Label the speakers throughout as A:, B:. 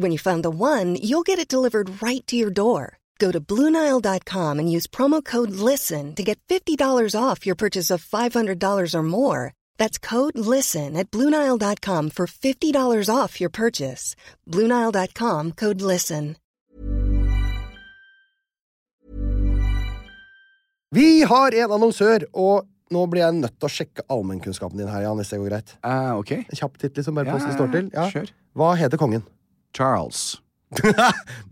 A: When you find the one, you'll get it delivered right to your door. Go to Bluenile.com and use promo code LISTEN to get $50 off your purchase of $500 or more. That's code LISTEN at Bluenile.com for $50 off your purchase. Bluenile.com code LISTEN.
B: Vi har en annonsør, og nå blir jeg nødt til å sjekke allmennkunnskapen din her, Jan, hvis det går greit.
C: Eh, ok.
B: En kjapp titt, liksom, bare
C: Ja,
B: på hvordan det
C: ja,
B: står til.
C: ja, kjør.
B: Hva heter kongen?
C: Charles.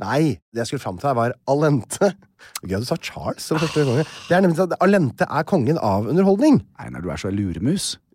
B: Nei, det jeg skulle fram til her, var Alente. Gøy at du sa Charles som første konge. Det er nemlig sånn at Alente er kongen av underholdning.
C: Einar, du er så luremus.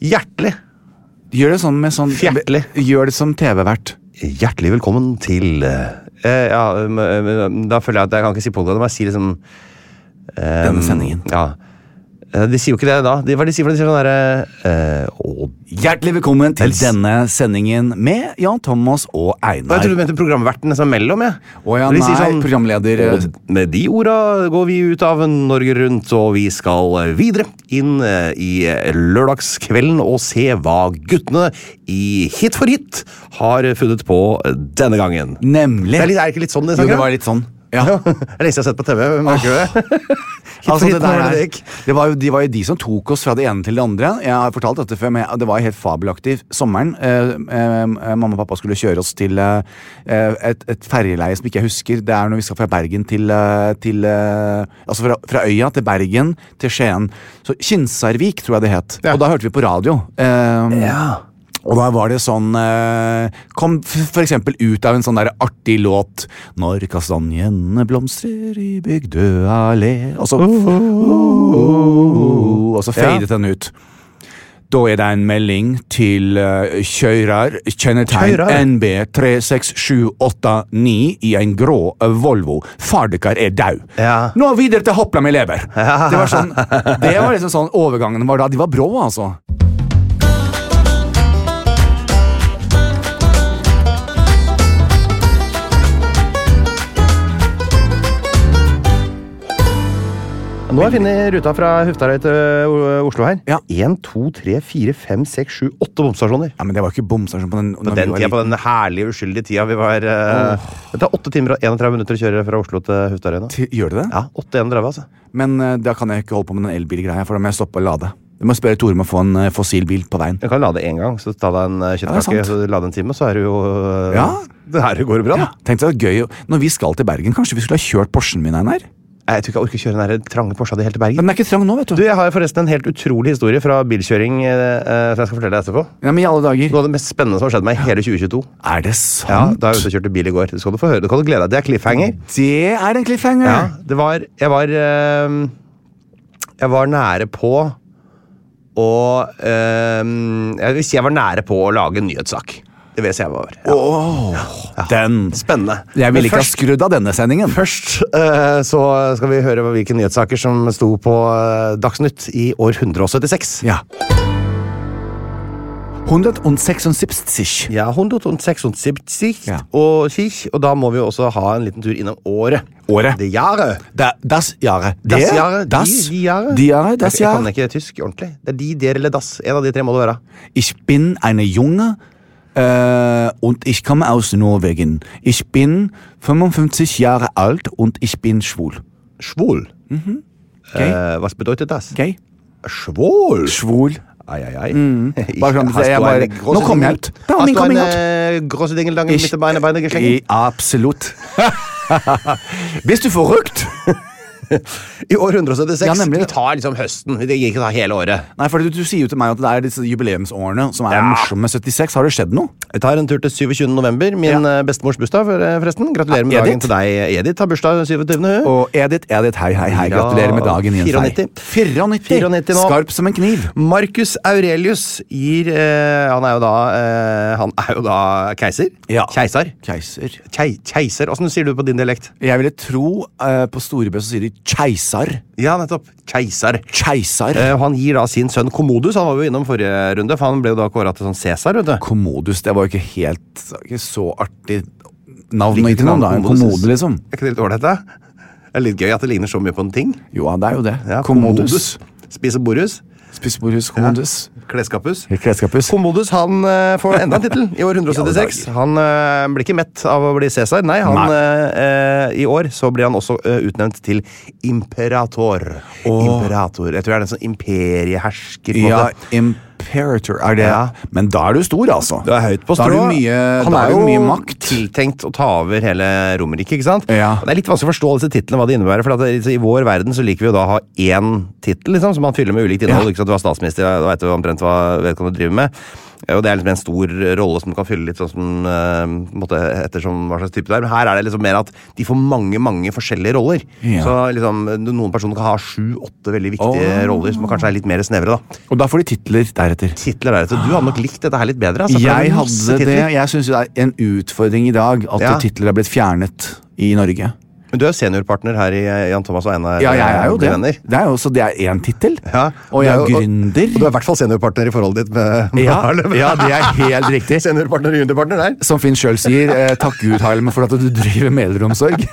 D: Hjertelig,
C: Gjør det sånn med sånn
D: Fjertelig.
C: Gjør det som TV-vert.
D: hjertelig velkommen til eh, eh, Ja, um, um, da føler jeg at jeg kan ikke si podkast, men jeg sier liksom
C: Denne sendingen.
D: Ja. Eh, De sier jo ikke det da. De, hva er det de sier for noe? de sier sånn derre eh, å,
C: Hjertelig velkommen til
D: Hels-
C: denne sendingen med Jan Thomas og
D: Nei, Jeg
C: Einar.
D: trodde du mente programverten som er mellom, jeg.
C: Å ja,
D: Når de
C: nei,
D: sier sånn,
C: programleder eh,
D: Og med de orda går vi ut av Norge Rundt, og vi skal videre inn eh, i lørdagskvelden og se hva guttene i Hit for hit har funnet på denne gangen.
C: Nemlig.
D: Det er, litt, er det ikke litt sånn det
C: Jo,
D: snakker?
C: det var litt sånn. Ja.
D: Det er lenge siden jeg har sett på TV. merker du det? Hit
C: Altså,
D: for hit,
C: det, der,
D: nå var det det
C: er-
D: gikk.
C: det var jo, de var jo de som tok oss fra det ene til det andre. Jeg har fortalt dette før, men det var helt fabelaktig. Sommeren eh, eh, Mamma og pappa skulle kjøre oss til eh, et, et ferjeleie som ikke jeg husker. Det er når vi skal fra Bergen til, eh, til eh, Altså fra, fra øya til Bergen til Skien. Så Kinsarvik, tror jeg det het. Og da hørte vi på radio. Eh, og da var det sånn eh, Kom f- for eksempel ut av en sånn der artig låt Når kastanjene blomstrer i Bygdø allé Og så
D: Uh,
C: Og så fadet den ut da er det en melding til uh, kjører, kjennetegn
D: Kjører?
C: NB36789 i en grå eh, Volvo. Fardeker er dau.
D: Ja.
C: Nå videre til Hopla med lever! Det var sånn, det var liksom sånn overgangen var da. De var brå, altså.
B: Nå har jeg funnet ruta fra Huftarøy til O- Oslo her.
C: Ja.
B: 1, 2, 3, 4, 5, 6, 7, 8 bomstasjoner.
C: Ja, men det var ikke bomstasjon på den.
D: På
C: når vi
D: den
C: var
D: tida, på
C: liten.
D: den herlige, uskyldige tida vi var eh, Det tar 8 timer og 31 minutter å kjøre fra Oslo til Huftarøy nå.
C: Ti- Gjør det det?
D: Ja, 831, altså.
C: Men eh, da kan jeg ikke holde på med den elbilgreia, for da må jeg stoppe å lade. Du må spørre Tore om å få en eh, fossilbil på veien.
D: Du kan lade én gang, så ta deg en eh,
C: Ja, det er
D: kjøttkake,
C: sant.
D: så lade en time, så er du jo eh,
C: Ja.
D: Det her går jo bra, da.
C: Tenkte jeg det var gøy å- Når vi skal til Bergen, kanskje vi skulle ha kjørt Porschen min, Einar?
B: Jeg tror ikke jeg orker kjøre den der trange Porscha di helt til Bergen.
C: Men den er ikke trang nå, vet du.
B: Du, Jeg har forresten en helt utrolig historie fra bilkjøring eh, eh, som jeg skal fortelle deg etterpå.
C: Ja, men i alle dager.
B: Noe av det mest spennende som har skjedd meg i hele 2022.
C: Er det
B: Ja,
C: sant?
B: Da jeg var ute og kjørte bil i går. Det skal du få høre. Det kan du glede deg. Det er cliffhanger.
C: Det er en cliffhanger!
B: Ja, det var Jeg var eh, Jeg var nære på å eh, Jeg vil si jeg var nære på å lage en nyhetssak. Det vil jeg si jeg var. Ja.
C: Åh, den
B: Spennende.
C: Jeg
B: Men
C: ville ikke ha
B: først-
C: skrudd av denne sendingen.
B: Først eh, så skal vi høre hvilke nyhetssaker som sto på eh, Dagsnytt i år 176.
C: Ja. 176.
B: Ja, 176
C: Ja.
B: og kikk, og da må vi jo også ha en liten tur innom året.
C: Året.
B: Det jaret.
C: Da, das Jahre. Det-
B: Das Jahre.
C: Das.
B: Die, die Jahre.
C: Die Jahre, das
B: jeg, jeg kan
C: Jahre.
B: ikke tysk ordentlig. Det er de, der eller das. En av de tre må det være.
C: Ich bin eine Junge äh, und ich komme aus Norwegen. Ich bin 55 Jahre alt und ich bin schwul.
B: Schwul.
C: Okay?
B: Eh, hva bedeutet das?
C: okay?
B: Schwul.
C: Schwul.
B: Ai, ai, ai. Ich-
C: Bare sånn,
B: hast
C: jeg
B: du
C: bare-
B: eine große
C: Nå kom jeg
B: Dingel-
C: ut. Da var min
B: Hast du
C: coming
B: eine große Dingel lange
C: Ich-
B: Mitte Beine, Beine geschenkt?
C: Eh, absolutt. Bist du forrøkt?
B: I år 176.
C: Ja, nemlig.
B: Vi tar liksom høsten. Vi trenger ikke ta hele året.
C: Nei, for du, du sier jo til meg at det er disse jubileumsårene som er
B: Ja.
C: morsomme. 76, har det skjedd noe?
B: Jeg tar en tur til 27. november. Min eh, bestemors bursdag, for- eh, forresten. Gratulerer med
C: Ja,
B: dagen
C: Edith.
B: til deg, Edith. Har bursdag 27. hun.
C: Og Edith, Edith, hei, hei, hei. Gratulerer med dagen igjen. hei.
B: 94.
C: 94.
B: 94 nå.
C: Skarp som en kniv.
B: Marcus Aurelius gir eh, Han er jo da eh, Han er jo da keiser.
C: Ja.
B: Keiser.
C: Keiser.
B: Kei, keiser. Åssen sier du på din dialekt?
C: Jeg ville tro eh, på Storebø så sier de keisar.
B: Ja, nettopp. Keiser.
C: Keisar.
B: Eh, han gir da sin sønn Commodus. Han var jo innom forrige runde, for han ble jo da kåra til sånn Cæsar. vet du.
C: Kommodus, det var jo ikke helt ikke så artig navn å
B: Liker
C: gi til noen. da. En
B: navn, Commodus.
C: Kommode, liksom.
B: Er ikke det litt ålreit, da? Det er litt gøy at det ligner så mye på en ting.
C: Jo, ja, det er jo det.
B: Ja,
C: Kommodus.
B: Spiser borus.
C: Spissborhus kommodus.
B: Klesskapus.
C: Klesskapus.
B: Commodus han eh, får enda en tittel i år
C: I alle
B: 176.
C: dager.
B: Han eh, blir ikke mett av å bli Cæsar. Nei, han, eh, eh, i år så blir han også eh, utnevnt til imperator. Imperator. Jeg tror det er en sånn imperiehersker. på en
C: Ja,
B: måte.
C: imperator er det.
B: Ja.
C: Men da er du stor, altså.
B: Du er høyt på
C: Da
B: strå.
C: har du mye,
B: han
C: da
B: er
C: har
B: jo
C: du mye makt.
B: tiltenkt å ta over hele Romerriket, ikke sant?
C: Ja.
B: Og Det er litt vanskelig å forstå disse titlene, hva det innebærer. For at det, I vår verden så liker vi jo da å ha én tittel liksom, som man fyller med ulikt innhold.
C: Ja.
B: Ikke sant? Du har statsminister, da veit du omtrent hva vedkommende driver med. Eh, Og det er liksom en stor rolle som du kan fylle litt sånn som eh, på en måte, ettersom hva slags type det er. Men her er det liksom mer at de får mange, mange forskjellige roller.
C: Ja.
B: Så liksom, noen personer kan ha sju-åtte veldig viktige
C: Åh.
B: roller som kanskje er litt mer snevre, da.
C: Og da får de titler deretter.
B: Titler er det. Du hadde nok likt dette her litt bedre. altså, for det er
C: Jeg
B: masse
C: hadde det.
B: titler.
C: Jeg syns det er en utfordring i dag at
B: Ja.
C: titler er blitt fjernet i Norge.
B: Men du er jo seniorpartner her i eh, Jan Thomas og Einar.
C: Ja, jeg
B: eh,
C: er jo
B: blir
C: det.
B: venner.
C: Det er jo også, det er én tittel.
B: Ja, du
C: Og jeg er
B: jo- Og, og du
C: gründer.
B: er i hvert fall seniorpartner i forholdet ditt med, med
C: Ja,
B: Harlem.
C: ja, det er helt riktig.
B: Seniorpartner og juniorpartner der.
C: Som Finn sjøl sier, eh, takk Gud, Harlem, for at du driver med eldreomsorg.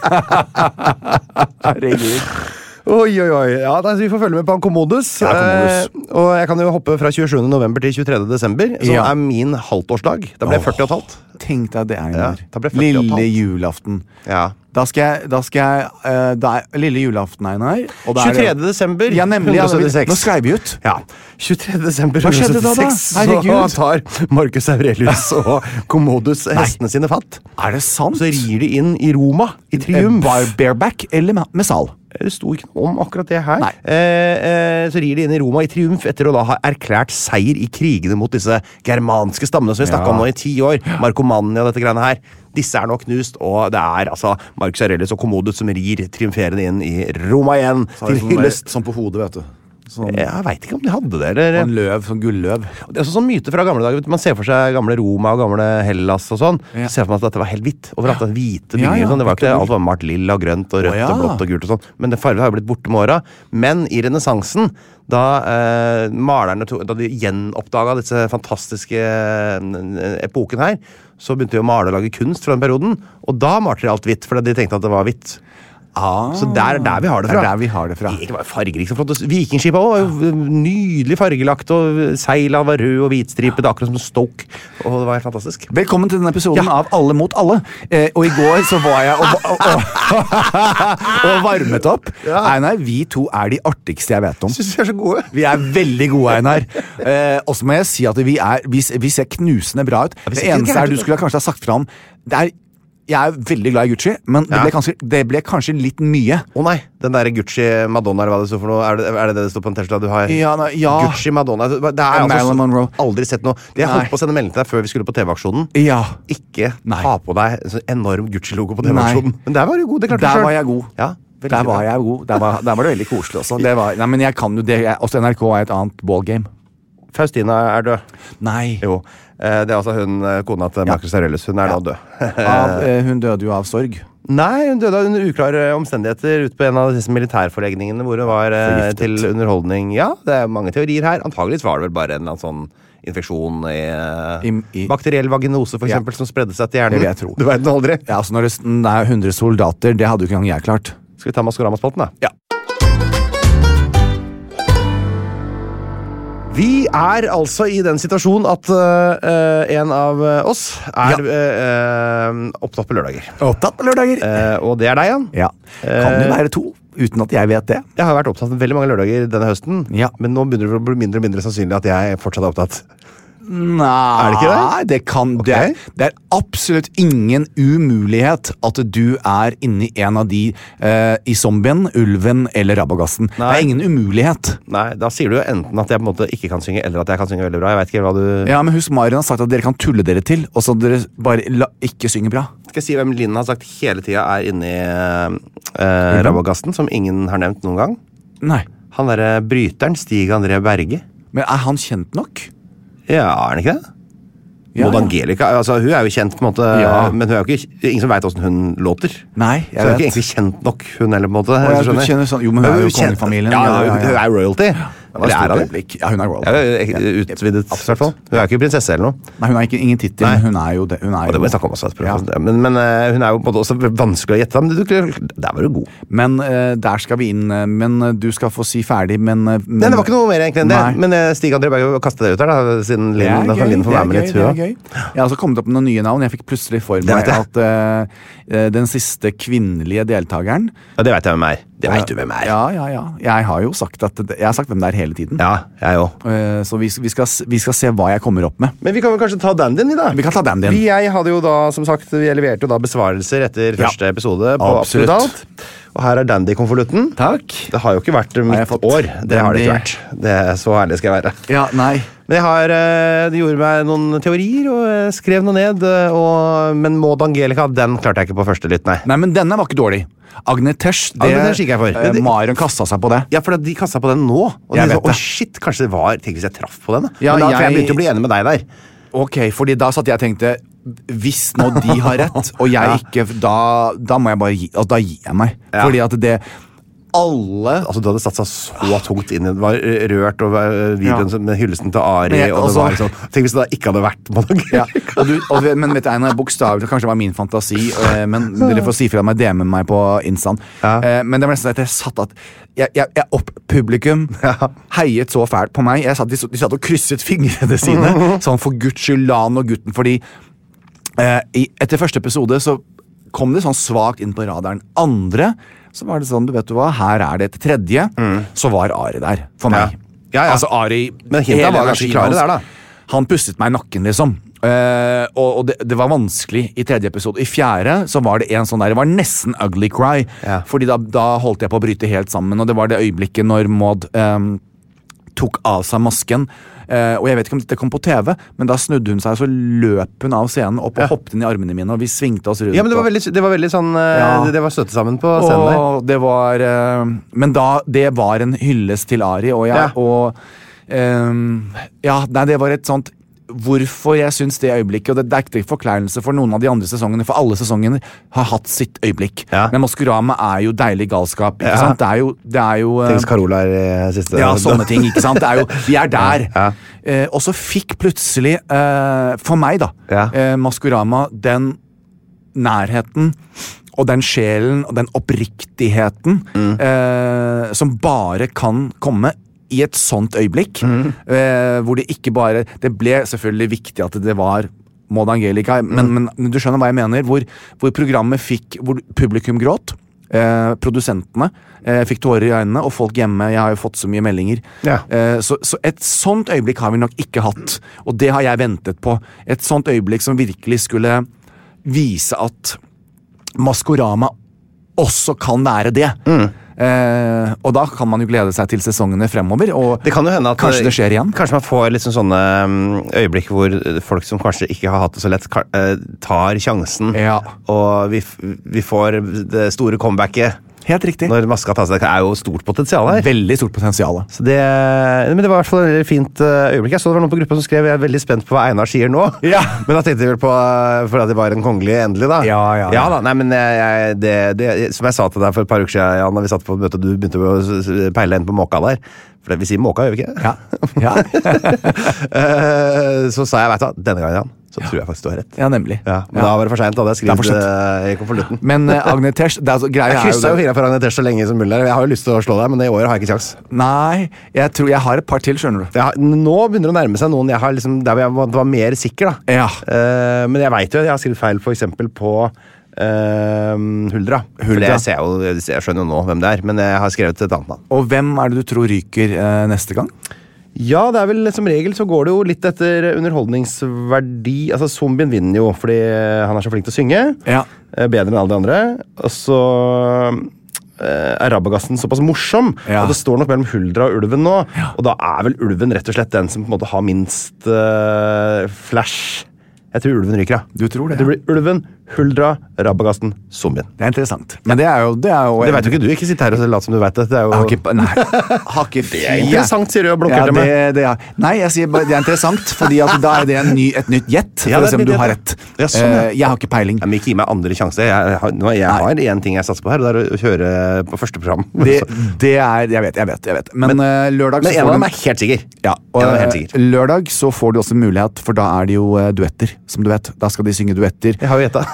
C: Herregud.
B: Oi, oi, oi. Ja, da, så vi får følge med på han Commodus.
C: Ja, Commodus.
B: Eh, og jeg kan jo hoppe fra 27. november til 23. desember, som
C: Ja.
B: er min halvtårsdag. Da ble jeg 40 og et halvt.
C: Tenk deg det,
B: Ja,
C: Einar.
B: da ble jeg 40 og et
C: Lille
B: halvt.
C: julaften.
B: Ja.
C: Da skal jeg, da skal jeg eh, da er, Lille julaften, Einar. og da er det-
B: 23. desember
C: Ja, nemlig. Ja, da-
B: 176.
C: Nå skrev vi ut.
B: Ja. 23. desember
C: Hva skjedde da, da?
B: 176
C: Herregud.
B: så tar Marcus Aurelius og Commodus hestene sine fatt.
C: Er det sant?
B: Så rir de inn i Roma, i triumf.
C: Bar- Bareback eller ma- med sal?
B: Det sto ikke noe om akkurat det her.
C: Nei.
B: Eh, eh, så rir de inn i Roma i triumf etter å da ha erklært seier i krigene mot disse germanske stammene som vi snakka
C: Ja.
B: om nå i ti år. Markomania og dette greiene her. Disse er nå knust, og det er altså Marcus Aurelius og Commodus som rir triumferende inn i Roma igjen. Til
C: sånn
B: hyllest.
C: på hodet, vet du. Sånn,
B: Jeg veit ikke om de hadde det, eller
C: sånn løv, sånn gulløv.
B: Det er også sånn myte fra gamle dager. vet du. Man ser for seg gamle Roma og gamle Hellas og sånn.
C: Ja.
B: Så ser man for seg at dette var helt hvitt. Overalt det hvite
C: Ja,
B: bygninger.
C: ja,
B: og sånn. Det var ikke
C: hvitt og
B: alt var malt lilla og grønt og rødt
C: Å, ja.
B: og blått og gult og sånn. Men det fargen har jo blitt borte med åra. Men i renessansen, da eh, malerne to, Da de gjenoppdaga disse fantastiske eh, epoken her, så begynte de å male og lage kunst fra den perioden. Og da malte de alt hvitt, fordi de tenkte at det var hvitt.
C: Ah,
B: Så det er der vi har det fra.
C: Det er der vi har det fra.
B: Ikke bare fargerikt og flott. og Vikingskipet også var jo nydelig fargelagt, og seila var rød og hvitstripet, akkurat som Stoke. Og det var helt fantastisk.
C: Velkommen til denne episoden av Alle mot alle. Eh, og i går så var jeg og, og, og, og varmet opp. Einar, vi to er de artigste jeg vet om.
B: Syns vi er så gode.
C: Vi er veldig gode, Einar. Eh, og så må jeg si at vi, er, vi, vi ser knusende bra ut.
B: vi
C: Det
B: ser ikke
C: eneste
B: gærent
C: er du
B: ut, da.
C: skulle kanskje ha sagt fra om Det er Jeg er veldig glad i Gucci, men det,
B: Ja.
C: ble kanskje, det ble kanskje litt mye.
B: Å nei, den der Gucci Madonna, eller hva det står for noe. Er det er det, det det står på den Tesla du har?
C: Ja, nei, ja.
B: Gucci Madonna. Det er
C: Og
B: altså
C: Marilyn Monroe.
B: aldri sett noe. Jeg
C: Nei.
B: holdt på å sende melding til deg før vi skulle på TV-aksjonen.
C: Ja.
B: Ikke
C: Nei.
B: ha på deg en sånn enorm Gucci-logo på
C: Nei.
B: TV-aksjonen. Men der var du god. Det klarte du
C: Der
B: selv.
C: var jeg god.
B: Ja, veldig
C: der var
B: bra.
C: jeg god. Der var, der var det veldig koselig også. Det var, nei, men jeg kan jo det. Jeg, også NRK er et annet ballgame.
B: Faustina er død.
C: Nei.
B: Jo. Eh, Det er altså hun, eh, kona til Marcus Aurelius. Hun er
C: Ja.
B: nå død.
C: Av, eh, hun døde jo av sorg.
B: Nei, hun døde under uklare omstendigheter ute på en av disse militærforlegningene hvor hun var eh,
C: Forgiftet.
B: til underholdning. Ja, det er mange teorier her. Antageligvis var det vel bare en eller annen sånn infeksjon i, eh,
C: I- i-
B: Bakteriell vaginose, for
C: Ja.
B: eksempel, som spredde seg til hjernen.
C: Det vil jeg tro.
B: Du verden aldri.
C: Ja, altså Når det s- det er 100 soldater, det hadde jo ikke engang jeg klart.
B: Skal vi ta Maskoramaspalten, da?
C: Ja.
B: Vi er altså i den situasjonen at eh, en av eh, oss er eh, eh, opptatt på lørdager.
C: Opptatt på lørdager. Eh.
B: Eh, og det er deg, Jan.
C: Ja. Kan det være to, uten at jeg vet det?
B: Jeg har vært opptatt veldig mange lørdager denne høsten,
C: Ja.
B: men nå begynner det å bli mindre og mindre sannsynlig at jeg fortsatt er opptatt.
C: Nei,
B: Er det ikke
C: det? kan, det, er, det er absolutt ingen umulighet at du er inni en av de eh, i Zombien, Ulven eller Rabagassen. Det
B: Nei.
C: er ingen umulighet.
B: Nei, da sier du jo enten at jeg på en måte ikke kan synge, eller at jeg kan synge veldig bra. Jeg vet ikke hva du...
C: Ja, men husk Marion har sagt at dere kan tulle dere til, og så dere bare la, ikke synger bra.
B: Skal jeg si hvem Linn har sagt hele tida er inni uh, Rabagasten, som ingen har nevnt noen gang?
C: Nei.
B: Han derre bryteren, Stig André Berge.
C: Men er han kjent nok?
B: Ja, er han ikke det? Maud
C: Ja, ja.
B: Angelica, altså hun er jo kjent, på en måte,
C: Ja.
B: men hun er jo ikke, det er ingen som veit åssen hun låter.
C: Nei,
B: så hun er
C: jeg
B: ikke
C: vet.
B: egentlig kjent nok, hun heller. på en måte
C: Å, ja,
B: hvis du
C: du kjenner sånn- jo, men hun er jo
B: kjent-
C: kongefamilien.
B: Ja,
C: Ja, ja, ja.
B: Hun er royalty.
C: Det
B: Eller er hun det?
C: øyeblikk. Ja, hun er
B: Ja,
C: royal.
B: det er utvidet, i hvert fall. Hun er jo ikke prinsesse eller noe.
C: Nei, hun er ikke, ingen tittel,
B: Nei.
C: men hun er jo det. Hun er
B: Og det
C: jo-
B: må vi snakke om også. etterpå.
C: Ja.
B: Men, men eh, hun er jo på en måte også vanskelig å gjette. Men du, der var du god.
C: Men eh, der skal vi inn. eh, Men eh, du skal få si ferdig, men, eh, men
B: Nei, det var ikke noe mer egentlig enn det.
C: Nei.
B: Men eh, Stig André Berge kaste det ut der, da, siden
C: Det er
B: Linn
C: gøy,
B: Linn får
C: det er
B: være med
C: gøy,
B: litt. hun
C: det er
B: også.
C: gøy. Jeg har også kommet opp med noen nye navn. Jeg fikk plutselig for meg
B: vet jeg.
C: at eh, eh, den siste kvinnelige deltakeren
B: Ja, det veit jeg hvem er. Det vet du hvem er.
C: Ja, ja, ja. Jeg har jo sagt, at, det- jeg har sagt hvem det er hele tiden.
B: Ja, jeg òg.
C: Eh, Så vi, vi, skal, s- vi skal se hva jeg kommer opp med.
B: Men vi kan vel kanskje ta dandyen i, da?
C: Vi kan ta dandyen.
B: Vi, jeg hadde jo da, som sagt, vi leverte jo da besvarelser etter
C: Ja.
B: første episode på absolutt.
C: Absolutt.
B: alt. Og her er dandy-konvolutten.
C: Takk.
B: Det har jo ikke vært
C: jeg
B: mitt
C: fått
B: år. Det har det ikke
C: dandy?
B: vært. Det er Så ærlig skal jeg være.
C: Ja, nei.
B: Men jeg har, eh, det gjorde meg noen teorier og eh, skrev noe ned. eh, Og, men Maud Angelica den klarte jeg ikke på første lytt, nei.
C: Nei, men denne var ikke dårlig. Agnetesh, det,
B: Agnetesh gikk jeg for. Men
C: eh,
B: det-
C: Marion kasta seg på det.
B: Ja, for de kasta på den nå. Og
C: Jeg
B: jeg
C: vet
B: sånn,
C: det.
B: Å, shit, kanskje det var Tenk hvis jeg traff på den, da.
C: Ja,
B: men da for jeg
C: jeg-
B: begynte å bli enig med deg der.
C: Ok, fordi da satt jeg og tenkte hvis nå de har rett, og jeg ikke Da, da må jeg bare gi altså, Da gir jeg meg.
B: Ja.
C: Fordi at det Alle
B: Altså, Du hadde satsa så tungt inn i det. Var eh, rørt over eh, videoen
C: Ja.
B: som- med hyllesten til Ari.
C: Men jeg-
B: og det
C: altså-
B: var liksom, Tenk hvis det da ikke hadde vært Maud
C: ja,
B: Angelica.
C: og du, og, du- Men vet du, Einar, bokstavelig kanskje det var min fantasi, eh, men dere får si fra meg, DM meg på Instaen. Eh, men det var nesten at jeg satt at jeg, jeg, jeg opp Publikum heiet så fælt på meg. Jeg satt, de, så- de satt og krysset fingrene sine. Sånn for guds skyld, la nå gutten Fordi eh, i, etter første episode så kom det sånn svakt inn på radaren. Andre så var det sånn, du vet du hva, her er det. Etter tredje så var Ari der, for meg.
B: Mm. Ja, ja.
C: Altså Ari
B: Men hinta
C: hele
B: var ganske
C: energien
B: klare
C: hans.
B: der, da.
C: Han pustet meg i nakken, liksom. Eh, og og det, det var vanskelig i tredje episode. I fjerde så var det en sånn der, det var nesten ugly cry.
B: Ja.
C: Fordi da, da holdt jeg på å bryte helt sammen, og det var det øyeblikket når Maud ehm, tok av seg masken. Eh, og jeg vet ikke om dette kom på TV, men da snudde hun seg, og så løp hun av scenen opp og hoppet inn i armene mine, og vi svingte oss rundt.
B: Ja, men det var
C: og-
B: veldig, det var veldig sånn eh,
C: Ja.
B: Det, det var støtte sammen på scenen der.
C: og det var eh, Men da Det var en hyllest til Ari, og jeg
B: Ja.
C: Og ehm, Ja, nei, det var et sånt Hvorfor jeg syns det øyeblikket Og det, det er ikke en forkleinelse for noen av de andre sesongene, for alle sesongene har hatt sitt øyeblikk.
B: Ja.
C: Men Maskorama er jo deilig galskap, ikke sant? Det er jo, det er jo eh,
B: Tenk hvis Carola er eh, siste.
C: ja, sånne ting, ikke sant? Det er jo, vi er der.
B: Ja.
C: Eh, og så fikk plutselig, eh, for meg da,
B: Ja.
C: eh, Maskorama den nærheten og den sjelen og den oppriktigheten eh, som bare kan komme i et sånt øyeblikk. Eh, hvor det ikke bare Det ble selvfølgelig viktig at det var Maud Angelica, men, men du skjønner hva jeg mener. Hvor, hvor programmet fikk Hvor publikum gråt. Eh, produsentene eh, fikk tårer i øynene, og folk hjemme. Jeg har jo fått så mye meldinger.
B: Ja.
C: Eh, så, så et sånt øyeblikk har vi nok ikke hatt, og det har jeg ventet på. Et sånt øyeblikk som virkelig skulle vise at Maskorama også kan være det.
B: Mm.
C: Eh, og da kan man jo glede seg til sesongene fremover. Og
B: Det kan jo hende at eh,
C: Kanskje det skjer igjen?
B: Kanskje man får liksom sånne mm, øyeblikk hvor folk som kanskje ikke har hatt det så lett, ka- eh, tar sjansen.
C: Ja.
B: Og vi, f- vi får det store comebacket
C: Helt riktig.
B: når maska tas av. Det er jo stort potensial her.
C: Veldig stort potensial.
B: Så det, men det var i hvert fall et veldig fint eh, øyeblikk. Jeg så det var noen på gruppa som skrev jeg er veldig spent på hva Einar sier nå.
C: Ja.
B: Men da tenkte jeg vel på eh, for at det var en kongelig endelig, da.
C: Ja, ja, ja.
B: da, nei, men jeg, jeg, det, det, Som jeg sa til deg for et par uker siden, Jan, da vi satt på et møte, du begynte å s- s- peile inn på måka der. For det- vi sier måka, gjør vi ikke?
C: Ja. Ja.
B: Eh, så sa jeg, veit du hva, denne gangen, Jan, så tror jeg faktisk du har rett.
C: ja, nemlig.
B: Ja, men
C: Ja.
B: da var det for seint. Da hadde jeg
C: Det er for
B: skrevet
C: sent.
B: eh, i konvolutten.
C: Men eh, Agnetesh det er altså, greia
B: Jeg kryssa jo
C: er jo det.
B: fingra for Agnetesh så lenge som mulig. Jeg har jo lyst til å slå deg, men i år har jeg ikke kjangs.
C: Nei, jeg tror jeg har et par til, skjønner du.
B: Jeg har- Nå begynner det å nærme seg noen jeg har liksom, der hvor jeg var- var mer sikker. da
C: Ja.
B: Eh, Men jeg veit jo at jeg har skrevet feil for eksempel på eh, Huldra. For
C: Huldra.
B: det ser jeg, jo, jeg skjønner jo nå hvem det er, men jeg har skrevet et annet navn.
C: Og hvem er det du tror ryker eh, neste gang?
B: Ja, det er vel som regel så går det jo litt etter underholdningsverdi. Altså, Zombien vinner jo fordi han er så flink til å synge.
C: Ja.
B: Eh, Bedre enn alle de andre. Og så eh, er Rabagassen såpass morsom.
C: Ja.
B: Og det står nok mellom Huldra og Ulven nå. Og da er vel Ulven rett og slett den som på en måte har minst eh, flash. Jeg tror Ulven ryker, ja.
C: Du tror det,
B: Det blir Ulven, Huldra, Rabagassen, Zombien.
C: Det er interessant. Men det er jo, det er jo
B: Det veit jo ikke du. Ikke sitt her og lat som du veit det. Det er jo
C: Jeg har ikke, nei, har ikke
B: Det er interessant, sier du og
C: Ja,
B: blokkerte
C: det,
B: meg.
C: det er. Nei, jeg sier bare det er interessant, Fordi at da er det en ny, et nytt gjett.
B: Ja, det
C: for å
B: er
C: se om
B: et
C: du
B: nytt
C: har
B: gjett.
C: rett.
B: Ja, sånn, ja.
C: Eh, jeg har ikke peiling.
B: Ja, men Ikke gi meg andre sjanse. Jeg har, nå, jeg har én ting jeg satser på her, og det er å kjøre på første program.
C: Det, det er Jeg vet, jeg vet. jeg vet Men, eh, lørdag
B: Men
C: så
B: en av
C: får
B: dem
C: du
B: er helt sikker.
C: ja, og,
B: en av dem er helt
C: eh,
B: sikker.
C: lørdag så får du også mulighet, for da er det jo eh, duetter. Som du vet, Da skal de synge duetter.
B: Jeg har jo gjetta.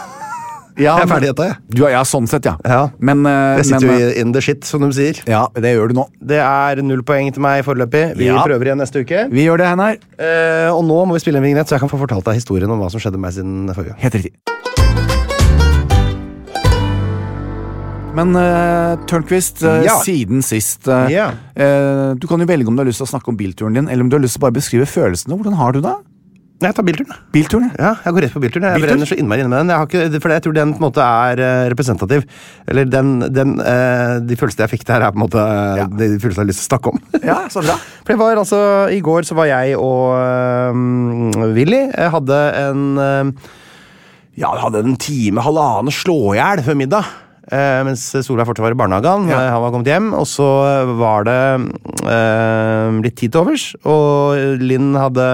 C: Ja,
B: Jeg er
C: men-
B: ferdig gjetta, jeg.
C: Du, er- ja, sånn sett, ja.
B: Ja.
C: Men, eh,
B: Jeg sitter
C: men,
B: jo
C: eh,
B: i in the shit, som de sier.
C: Ja, det gjør du nå.
B: Det er null poeng til meg foreløpig. Vi
C: Ja.
B: prøver igjen neste uke.
C: Vi gjør det, Hennar.
B: Eh, og nå må vi spille en vignett, så jeg kan få fortalt deg historien om hva som skjedde med meg siden forrige gang.
C: Helt riktig. Men eh, Tørnquist, eh,
B: Ja.
C: siden sist eh,
B: Ja.
C: eh, Du kan jo velge om du har lyst til å snakke om bilturen din, eller om du har lyst til å bare beskrive følelsene. Hvordan har du det?
B: Nei, jeg tar bilturen. jeg.
C: Bilturen, ja.
B: Ja, jeg går rett på bilturen. Jeg
C: Biltur?
B: brenner så innmari inne med den. Jeg har ikke, for jeg tror den på en måte er eh, representativ. Eller den, den eh, De følelsene jeg fikk der, er på en måte eh,
C: Ja.
B: de følelsene jeg har lyst til å snakke om.
C: ja. Så bra.
B: For jeg var altså, I går så var jeg og øhm, Willy Jeg hadde en eh, øhm, Ja, jeg hadde en time, halvannen slåhjel før middag. eh, mens Solveig fortsatt var i barnehagen.
C: Ja.
B: eh, Han var kommet hjem. Og så eh, var det øhm, litt tid til overs, og Linn hadde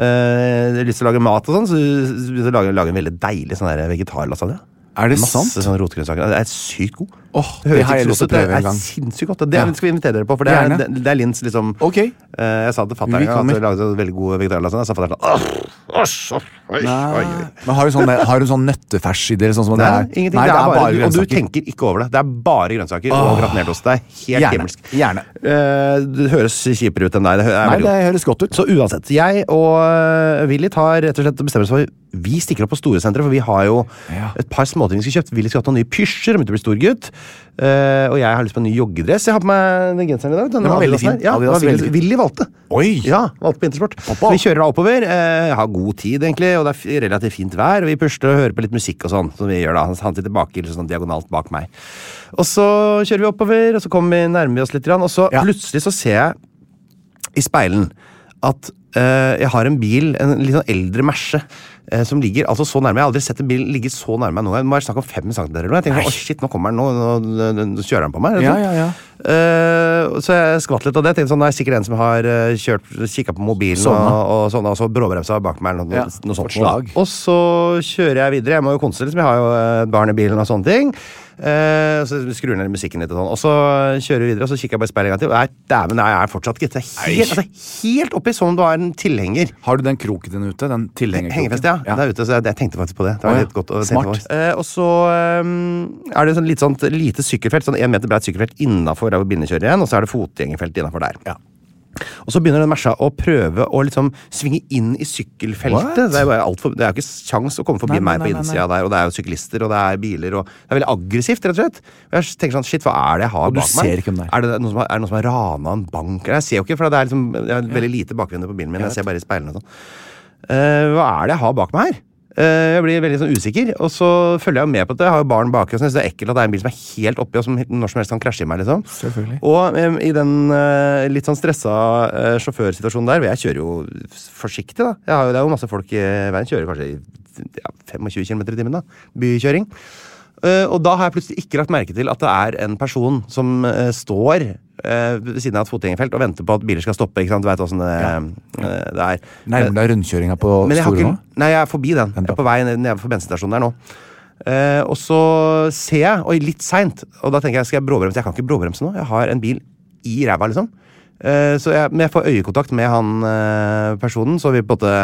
B: eh, lyst til å lage mat og sånn, så hun begynte å lage, lage en veldig deilig sånn der vegetarlasagne.
C: Er det
B: Masse
C: sant?
B: sånn rotgrønnsaker. Det er sykt god.
C: Åh,
B: høres
C: det har
B: ikke
C: jeg
B: så
C: lyst til
B: godt ut,
C: å prøve en
B: Det
C: gang.
B: er sinnssykt godt. Det
C: Ja.
B: skal vi invitere dere på, for det er,
C: Gjerne.
B: det, det er Lins liksom
C: Ok.
B: Eh, jeg sa det til
C: Vi
B: fatter'n at
C: kommer.
B: jeg lagde så veldig god vegetarlasagne. Så fatter'n sånn «Åh, åh, så- oi, oi, oi».
C: Men har du sånn, har du sånn nøttefers i dere? Sånn som det
B: Nei,
C: er?
B: ingenting.
C: Nei,
B: det er bare, og du
C: grønnsaker.
B: tenker ikke over det. Det er bare grønnsaker og gratinert ost. Det er helt
C: Gjerne,
B: himmelsk.
C: gjerne.
B: Eh, det høres kjipere ut enn deg. Det hø- er
C: Nei,
B: veldig
C: det
B: godt.
C: høres godt ut.
B: Så uansett, jeg og eh, Willy tar rett og slett bestemmer oss for vi stikker opp på Storesenteret, for vi har jo
C: Ja.
B: et par småting vi skulle kjøpt. Willy skulle hatt noen nye pysjer, han begynte å bli stor gutt. Eh, og jeg har lyst på en ny joggedress. Jeg har på meg den genseren i dag. Den
C: Den var
B: Adidasen
C: veldig fin.
B: her. Ja, det var
C: Adidas er
B: Willy,
C: veldig fin.
B: Willy valgte.
C: Oi.
B: Ja, valgte på Intersport. Så vi kjører da oppover. Eh, har god tid, egentlig, og det er f- relativt fint vær. Og vi puster og hører på litt musikk og sånn. Som vi gjør da. Han- Han sitter bak, liksom, sånn diagonalt bak meg. Og så kjører vi oppover, og så kommer vi nærmer vi oss litt. grann, Og så
C: Ja.
B: plutselig så ser jeg i speilen at eh, jeg har en bil, en litt sånn eldre Merce, eh, som ligger altså så nærme. Jeg har aldri sett en bil ligge så nærme meg noen gang. Det må være snakk om fem centimeter eller noe. Jeg tenker, sånn, «Å, shit, nå kommer den, nå, nå, nå, nå kjører den på meg. rett og
C: Ja,
B: slett.
C: ja, ja.
B: Eh, så jeg skvatt litt av det. Jeg tenkte sånn, det er sikkert en som har eh, kjørt, kikka på mobilen og,
C: Sovna.
B: og, sånn, og så bråbremsa bak meg. Eller noe,
C: Ja,
B: noe sånt.
C: fått slag.
B: Og så kjører jeg videre. Jeg må jo konse, liksom. Jeg har jo eh, et barn i bilen og sånne ting. Eh, så skrur jeg ned musikken litt og sånn. Og så kjører vi videre, og så kikker jeg bare i speilet en gang til. Og jeg, dæven, nei, jeg er fortsatt gitt. Det er Helt,
C: Nei.
B: altså, helt oppi som om du har en tilhenger.
C: Har du den kroken din ute? Den tilhengerkroken?
B: Hengefest, ja. Der ute, så jeg, jeg tenkte faktisk på det. Det
C: Å,
B: var
C: ja.
B: litt godt å
C: Smart.
B: tenke på. Eh, og så eh, er det sånn, litt sånt lite sykkelfelt, sånn én meter bredt sykkelfelt innafor der hvor bindekjøret igjen, og så er det fotgjengerfelt innafor der. Og så begynner den Merca å prøve å liksom svinge inn i
C: What?
B: sykkelfeltet. Det er, bare alt for, det er jo ikke kjangs å komme forbi
C: Nei, nei,
B: meg på
C: nei, nei,
B: innsida der, og det er jo syklister, og det er biler, og det er veldig aggressivt, rett og slett. Og jeg tenker sånn, shit, hva er det jeg har
C: Og du
B: bak meg?
C: ser ikke hvem det er.
B: Er det noen som har, er det noen som har rana en bank? Eller Jeg ser jo ikke, for det er liksom, jeg har veldig lite bakvindu på bilen min, jeg ser bare i speilene og sånn. Eh, hva er det jeg har bak meg her? Eh, Jeg blir veldig sånn usikker, og så følger jeg jo med på det. Jeg har jo barn baki, og så synes jeg det er ekkelt at det er en bil som er helt oppi, og som helt- når som helst kan krasje i meg. liksom.
C: Selvfølgelig.
B: Og em, i den eh, litt sånn stressa eh, sjåførsituasjonen der, hvor jeg kjører jo forsiktig, da. Jeg har jo, det er jo masse folk i veien. Kjører kanskje i ja, 25 km i timen, da. Bykjøring. Eh, og da har jeg plutselig ikke lagt merke til at det er en person som eh, står eh, ved siden av et fotgjengerfelt og venter på at biler skal stoppe. ikke sant? Du vet åssen det, eh, det er.
C: Nærmer deg rundkjøringa på
B: Men jeg, har
C: Store nå?
B: ikke, nei, jeg er forbi den. Jeg
C: Den
B: er
C: da.
B: på vei ned ned for bensinstasjonen der nå. Eh, og så ser jeg, og litt seint, og da tenker jeg skal jeg bråbremse. Jeg kan ikke bråbremse nå. Jeg har en bil i ræva, liksom. Eh, så jeg, men jeg får øyekontakt med han eh, personen, så vi på en måte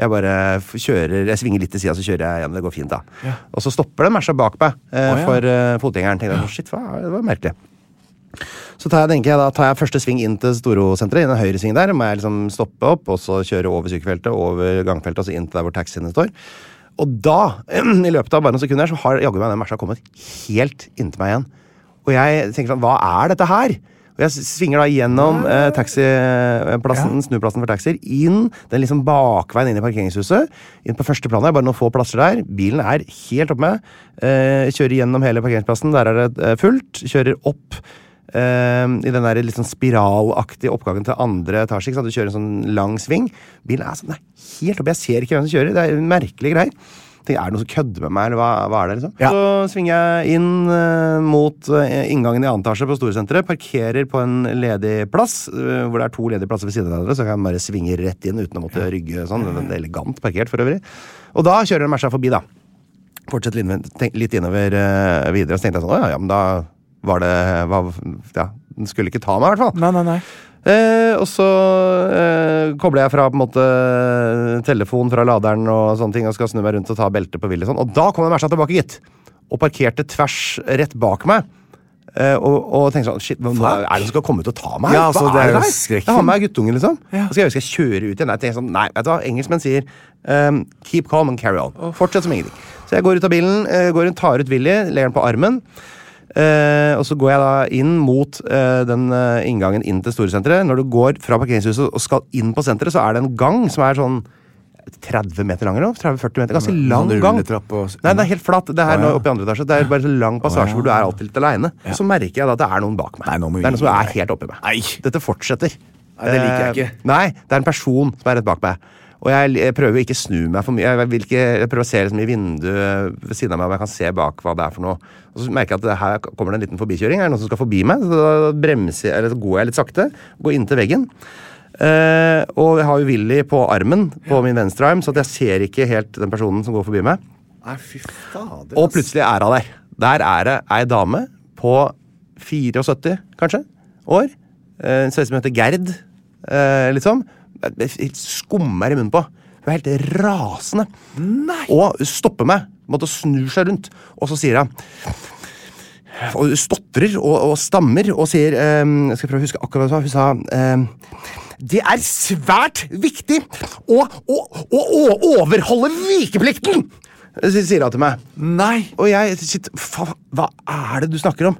B: Jeg bare f- kjører Jeg svinger litt til sida, så kjører jeg igjen. Det går fint, da. Og så stopper det en Merca bak meg eh,
C: Å, ja.
B: for eh, fotgjengeren. Tenkte jeg, shit, hva, er det? det var merkelig. Så tar jeg, tenker jeg, da tar jeg første sving inn til Storosenteret. I den høyre svingen der må jeg liksom stoppe opp og så kjøre over sykefeltet, over gangfeltet og så inn til der hvor taxiene står. Og da, i løpet av bare noen sekunder, så har jaggu meg den Merca kommet helt inntil meg igjen. Og jeg tenker sånn, hva er dette her? Og jeg svinger da gjennom eh, taxiplassen, snuplassen for taxier, inn den liksom bakveien inn i parkeringshuset. Inn på første planet, bare noen få plasser der. Bilen er helt oppe med. Eh, kjører gjennom hele parkeringsplassen, der er det eh, fullt. Kjører opp eh, i den der litt sånn spiralaktige oppgangen til andre etasje. Ikke sant? Du kjører en sånn lang sving. Bilen er sånn, den er helt oppe, jeg ser ikke hvem som kjører. Det er merkelige greier. Tenker, er det noen som kødder med meg, eller hva, hva er det? liksom?
C: Ja.
B: Så svinger jeg inn eh, mot eh, inngangen i annen etasje på Storsenteret. Parkerer på en ledig plass, eh, hvor det er to ledige plasser ved siden av hverandre. Så kan jeg bare svinge rett inn uten å måtte rygge sånn. Det er elegant parkert, for øvrig. Og da kjører en Merca forbi, da fortsette litt, med- tenk, litt innover eh, videre. Og så tenkte jeg sånn, «Å ja, ja, men da var det hva, ja, Den skulle ikke ta meg, i hvert fall.
C: Nei, nei, nei.
B: Eh, og så eh, kobler jeg fra på en måte telefon fra laderen og sånne ting, og skal snu meg rundt og ta beltet på Willy. Sånn. Og da kom det Merca tilbake, gitt! Og parkerte tvers rett bak meg. Eh, og, og tenkte sånn Shit, hva hva er det som skal komme ut og ta meg?
C: Ja, altså, det er jo
B: her?
C: skrekken.
B: Jeg har med meg guttungen, liksom.
C: Ja.
B: Og skal jeg, skal jeg kjøre ut igjen? Nei, tenkte jeg sånn, nei, vet du hva, engelskmenn sier ehm, Keep calm and carry on. Fortsett som ingenting. Så jeg går ut av bilen, eh, går rundt, tar ut Willy, legger den på armen. Eh, og så går jeg da inn mot eh, den eh, inngangen inn til Storesenteret. Når du går fra parkeringshuset og skal inn på senteret, så er det en gang som er sånn 30 meter lang eller noe? 30-40 meter. Ganske
C: Sånn
B: lang gang.
C: rulletrapp og-
B: Nei, det er helt flatt. Det er
C: Å,
B: nå
C: ja.
B: oppe i andre etasje. Det er bare så lang passasje
C: ja.
B: hvor du er alltid litt aleine. Så merker jeg da at det er noen bak meg.
C: Nei, nå må vi
B: det er noen som
C: gi-
B: er helt oppi meg.
C: Nei.
B: Dette fortsetter.
C: Nei, det liker jeg
B: Eh,
C: ikke.
B: Nei, det er en person som er rett bak meg. Og jeg, jeg prøver å ikke snu meg for mye. Jeg, vil ikke, jeg prøver å se liksom i vinduet ved siden av meg om jeg kan se bak hva det er for noe. Og så merker jeg at det her kommer det en liten forbikjøring. Er det noen som skal forbi meg? Så da bremser jeg, eller så går jeg litt sakte. Går inntil veggen. Eh, og jeg har jo Willy på armen, på min venstre arm, så at jeg ser ikke helt den personen som går forbi meg.
C: Nei, fy fader.
B: Og plutselig er hun der. Der er det ei dame på 74, kanskje, år. Eh, Ser ut som hun heter Gerd, eh, liksom. Det er Helt skummer i munnen på. Hun er helt rasende. Og stopper meg. Måtte snu seg rundt. Og så sier hun og stotrer og, og stammer og sier ehm, Jeg skal prøve å huske akkurat hva hun sa. Hun sa ehm, det er svært viktig å, å, å, å overholde vikeplikten! s- Sier hun til meg.
C: Nei!
B: Og jeg Shit, faen, hva er det du snakker om?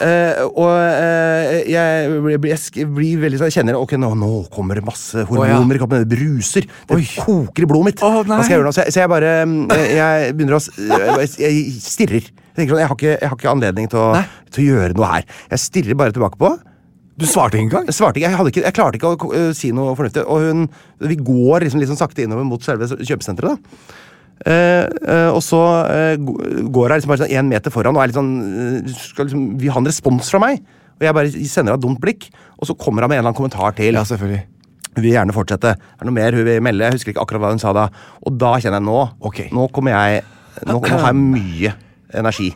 B: Eh, og eh, jeg, blir- blir- jeg sk- blir veldig sånn Jeg kjenner Ok, nå, nå kommer det masse hormoner.
C: Å, ja.
B: Det kommer det bruser. Det
C: Oi.
B: koker i blodet mitt.
C: Å, nei.
B: Hva skal jeg gjøre nå? Så jeg, så jeg bare mm, jeg, jeg begynner å s- eh, Jeg, jeg stirrer. Jeg tenker sånn, jeg har ikke, jeg har ikke anledning til å,
C: Nei.
B: til å gjøre noe her. Jeg stirrer bare tilbake på henne.
C: Du svarte ikke engang?
B: Jeg svarte ikke, jeg, hadde ikke, jeg klarte ikke å ko- øh, si noe fornuftig. Og hun, vi går liksom litt sånn sakte innover mot selve kjøpesenteret. da. Eh, eh, og så eh, g- går hun liksom bare sånn én meter foran og er litt sånn eh, skal liksom, Vil ha en respons fra meg. Og jeg bare sender henne et dumt blikk, og så kommer hun med en eller annen kommentar til.
C: Ja, selvfølgelig.
B: Hun vil gjerne fortsette. Er det noe mer hun vil melde? Jeg husker ikke akkurat hva hun sa da. Og da kjenner jeg nå
C: Ok.
B: Nå kommer jeg Nå, nå har jeg mye energi.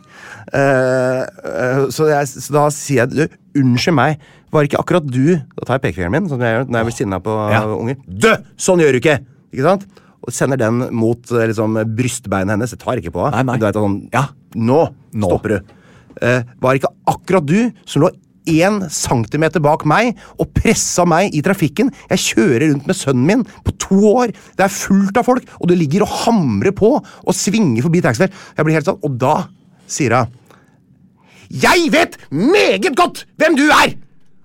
B: Eh, eh, så, jeg, så da sier jeg du, Unnskyld meg, var ikke akkurat du Da tar jeg pekefingeren min sånn som jeg gjør når jeg blir sinna på
C: Ja.
B: unger. Dø! Sånn gjør du ikke! Ikke sant? Og sender den mot eh, liksom, brystbeinet hennes. Jeg tar ikke på
C: Nei, nei.
B: henne. Du vet, sånn,
C: Ja.
B: Nå,
C: Nå.
B: stopper du. Eh, var ikke akkurat du som lå én centimeter bak meg og pressa meg i trafikken? Jeg kjører rundt med sønnen min på to år, det er fullt av folk, og du ligger og hamrer på og svinger forbi taxier. Jeg blir helt sånn, og da sier hun Jeg vet meget godt hvem du er!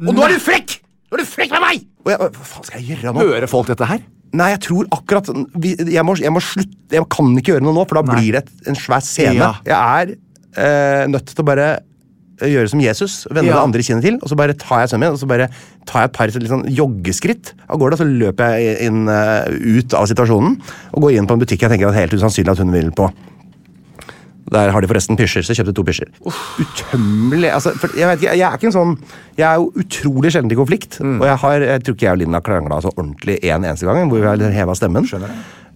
B: Og nå er du frekk! Nå er du frekk med meg! Og jeg, Hva faen skal jeg gjøre nå?
C: Hører folk dette her?
B: Nei, jeg tror akkurat vi- Jeg må, jeg må slutte, jeg kan ikke gjøre noe nå, for da
C: Nei.
B: blir det et- en svær scene.
C: Ja.
B: Jeg er eh, nødt til å bare eh, gjøre som Jesus, vende
C: Ja.
B: det andre kinnet til, og så bare tar jeg sømmen min, og så bare tar jeg et par litt sånn joggeskritt av gårde, og så løper jeg inn, eh, ut av situasjonen og går inn på en butikk jeg tenker det er helt usannsynlig at hun vil på. Der har de forresten pysjer, så jeg kjøpte to pysjer. Utømmelig altså, for jeg, vet ikke, jeg er ikke en sånn Jeg er jo utrolig sjelden i konflikt.
C: Mm.
B: Og jeg, har, jeg tror ikke jeg og Linn har krangla så ordentlig en eneste gang. Hvor vi har heva stemmen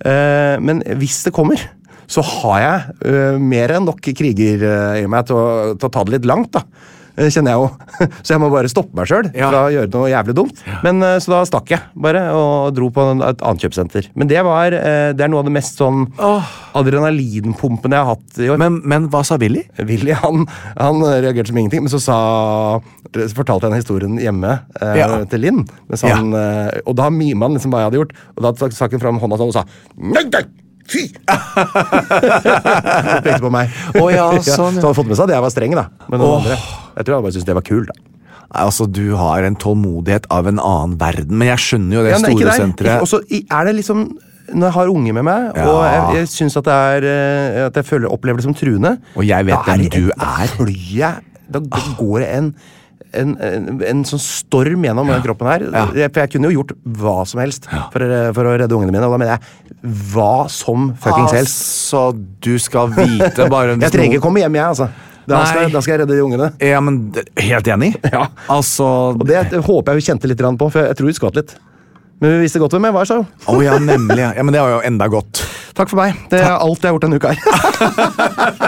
B: Eh, Men hvis det kommer, så har jeg eh, mer enn nok kriger eh, i meg til å, til å ta det litt langt. da Eh, Kjenner jeg jo. Så jeg må bare stoppe meg sjøl
C: Ja.
B: fra å gjøre noe jævlig dumt. Men eh, Så da stakk jeg bare og dro på en- et annet kjøpesenter. Men det var eh, Det er noe av det mest sånn adrenalinpumpende jeg har hatt i år.
C: Men, men hva sa Willy?
B: Willy han, han reagerte som ingenting, men så sa, så fortalte jeg den historien hjemme eh,
C: Ja.
B: til Linn. Mens
C: Ja.
B: han, eh, og da mima han liksom hva jeg hadde gjort, og da stakk- stakk han fram hånda sånn og sa Nei, nei! Fy! Og pekte på meg.
C: Å ja, sånn, ja.
B: Så han hadde fått med seg at jeg var streng, da. Men noen
C: Åh.
B: andre, jeg tror han bare syntes det var kul, da.
C: Nei, Altså, Du har en tålmodighet av en annen verden, men jeg skjønner jo det
B: Ja, men ikke
C: store
B: der. Ikke-
C: senteret.
B: Og så i- er det liksom når jeg har unge med meg, og
C: Ja.
B: jeg, jeg syns at, det er, eh, at jeg føler opplever det som truende
C: Og jeg vet
B: da er Ah.
C: hvem
B: det en-
C: du
B: Da
C: er.
B: flyr jeg Da da går det en en, en, en sånn storm gjennom den kroppen her. Jeg, for jeg kunne jo gjort hva som helst for, å- for å redde ungene mine. Og da mener jeg hva som fuckings helst.
C: Altså, du skal vite bare hvis
B: Jeg trenger
C: noen-
B: ikke komme hjem, jeg, altså. Da skal,
C: Nei.
B: da skal jeg redde de ungene.
C: Ja, men det- Helt enig.
B: Ja.
C: Altså
B: Og det håper jeg hun kjente litt grann på, for jeg tror hun skvatt litt. Men hun visste godt hvem jeg var, sa hun.
C: Å ja, nemlig. Ja, Men det var jo enda godt.
B: Takk for meg. Det er alt jeg har gjort denne uka her.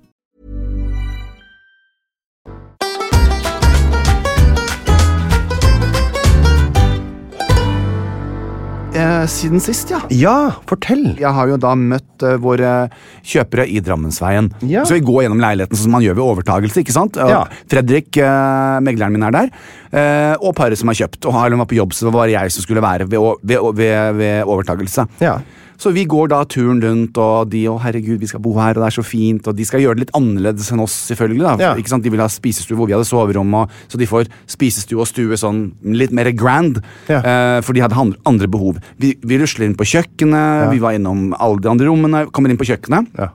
C: Eh, siden sist, ja.
B: Ja, fortell!
C: Jeg har jo da møtt eh, våre kjøpere i Drammensveien.
B: Ja.
C: Så vi går gjennom leiligheten sånn som man gjør ved overtagelse. ikke sant? Og
B: Ja.
C: Fredrik, eh, megleren min, er der. eh, og paret som har kjøpt. Og Harlem var på jobb, så det var bare jeg som skulle være ved, å- ved, å- ved, ved overtagelse.
B: Ja.
C: Så vi går da turen rundt, og de å herregud, vi skal bo her, og det er så fint. Og de skal gjøre det litt annerledes enn oss, selvfølgelig. da.
B: Ja.
C: Ikke sant? De vil ha spisestue hvor vi hadde soverom, og, så de får spisestue og stue sånn litt mer grand.
B: Ja.
C: Eh, for de hadde han- andre behov. Vi, vi rusler inn på kjøkkenet, vi var innom alle de andre rommene, kommer inn på kjøkkenet.
B: Ja.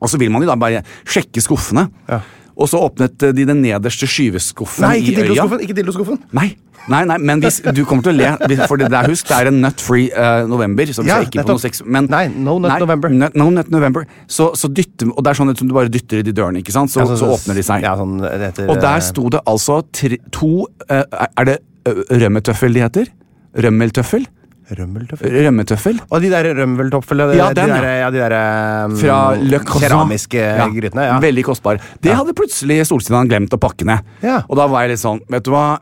C: Og så vil man jo da bare sjekke skuffene.
B: Ja.
C: Og så åpnet eh, de den nederste skyveskuffen
B: Nei, ikke
C: i øya.
B: dilloskuffen! Ikke dilloskuffen!
C: Nei, nei, nei, men hvis, du kommer til å le. hvis- For det der, husk, det er en nut-free eh, november. Så vi
B: Ja,
C: skal ikke på
B: nettopp.
C: noe sex, men,
B: Nei, no nut november.
C: nut- no nut november. Så, så dytter Og det er sånn som du bare dytter i de dørene, ikke sant? Så, så, åpner de seg.
B: Ja, sånn, det heter,
C: Og der
B: eh,
C: sto det altså tre, to eh, Er det uh, rømmetøffel de heter? Rømmeltøffel?
B: Rømmeltøffel?
C: Rømmetøffel?
B: Og de der rømmeltøffel
C: Ja,
B: de
C: den, ja.
B: der, ja, de der eh,
C: Fra Le Croissant.
B: keramiske grytene. Ja.
C: Veldig kostbar. Det hadde plutselig Solsiden han glemt å pakke ned.
B: Ja.
C: Og da var jeg litt sånn, vet du hva?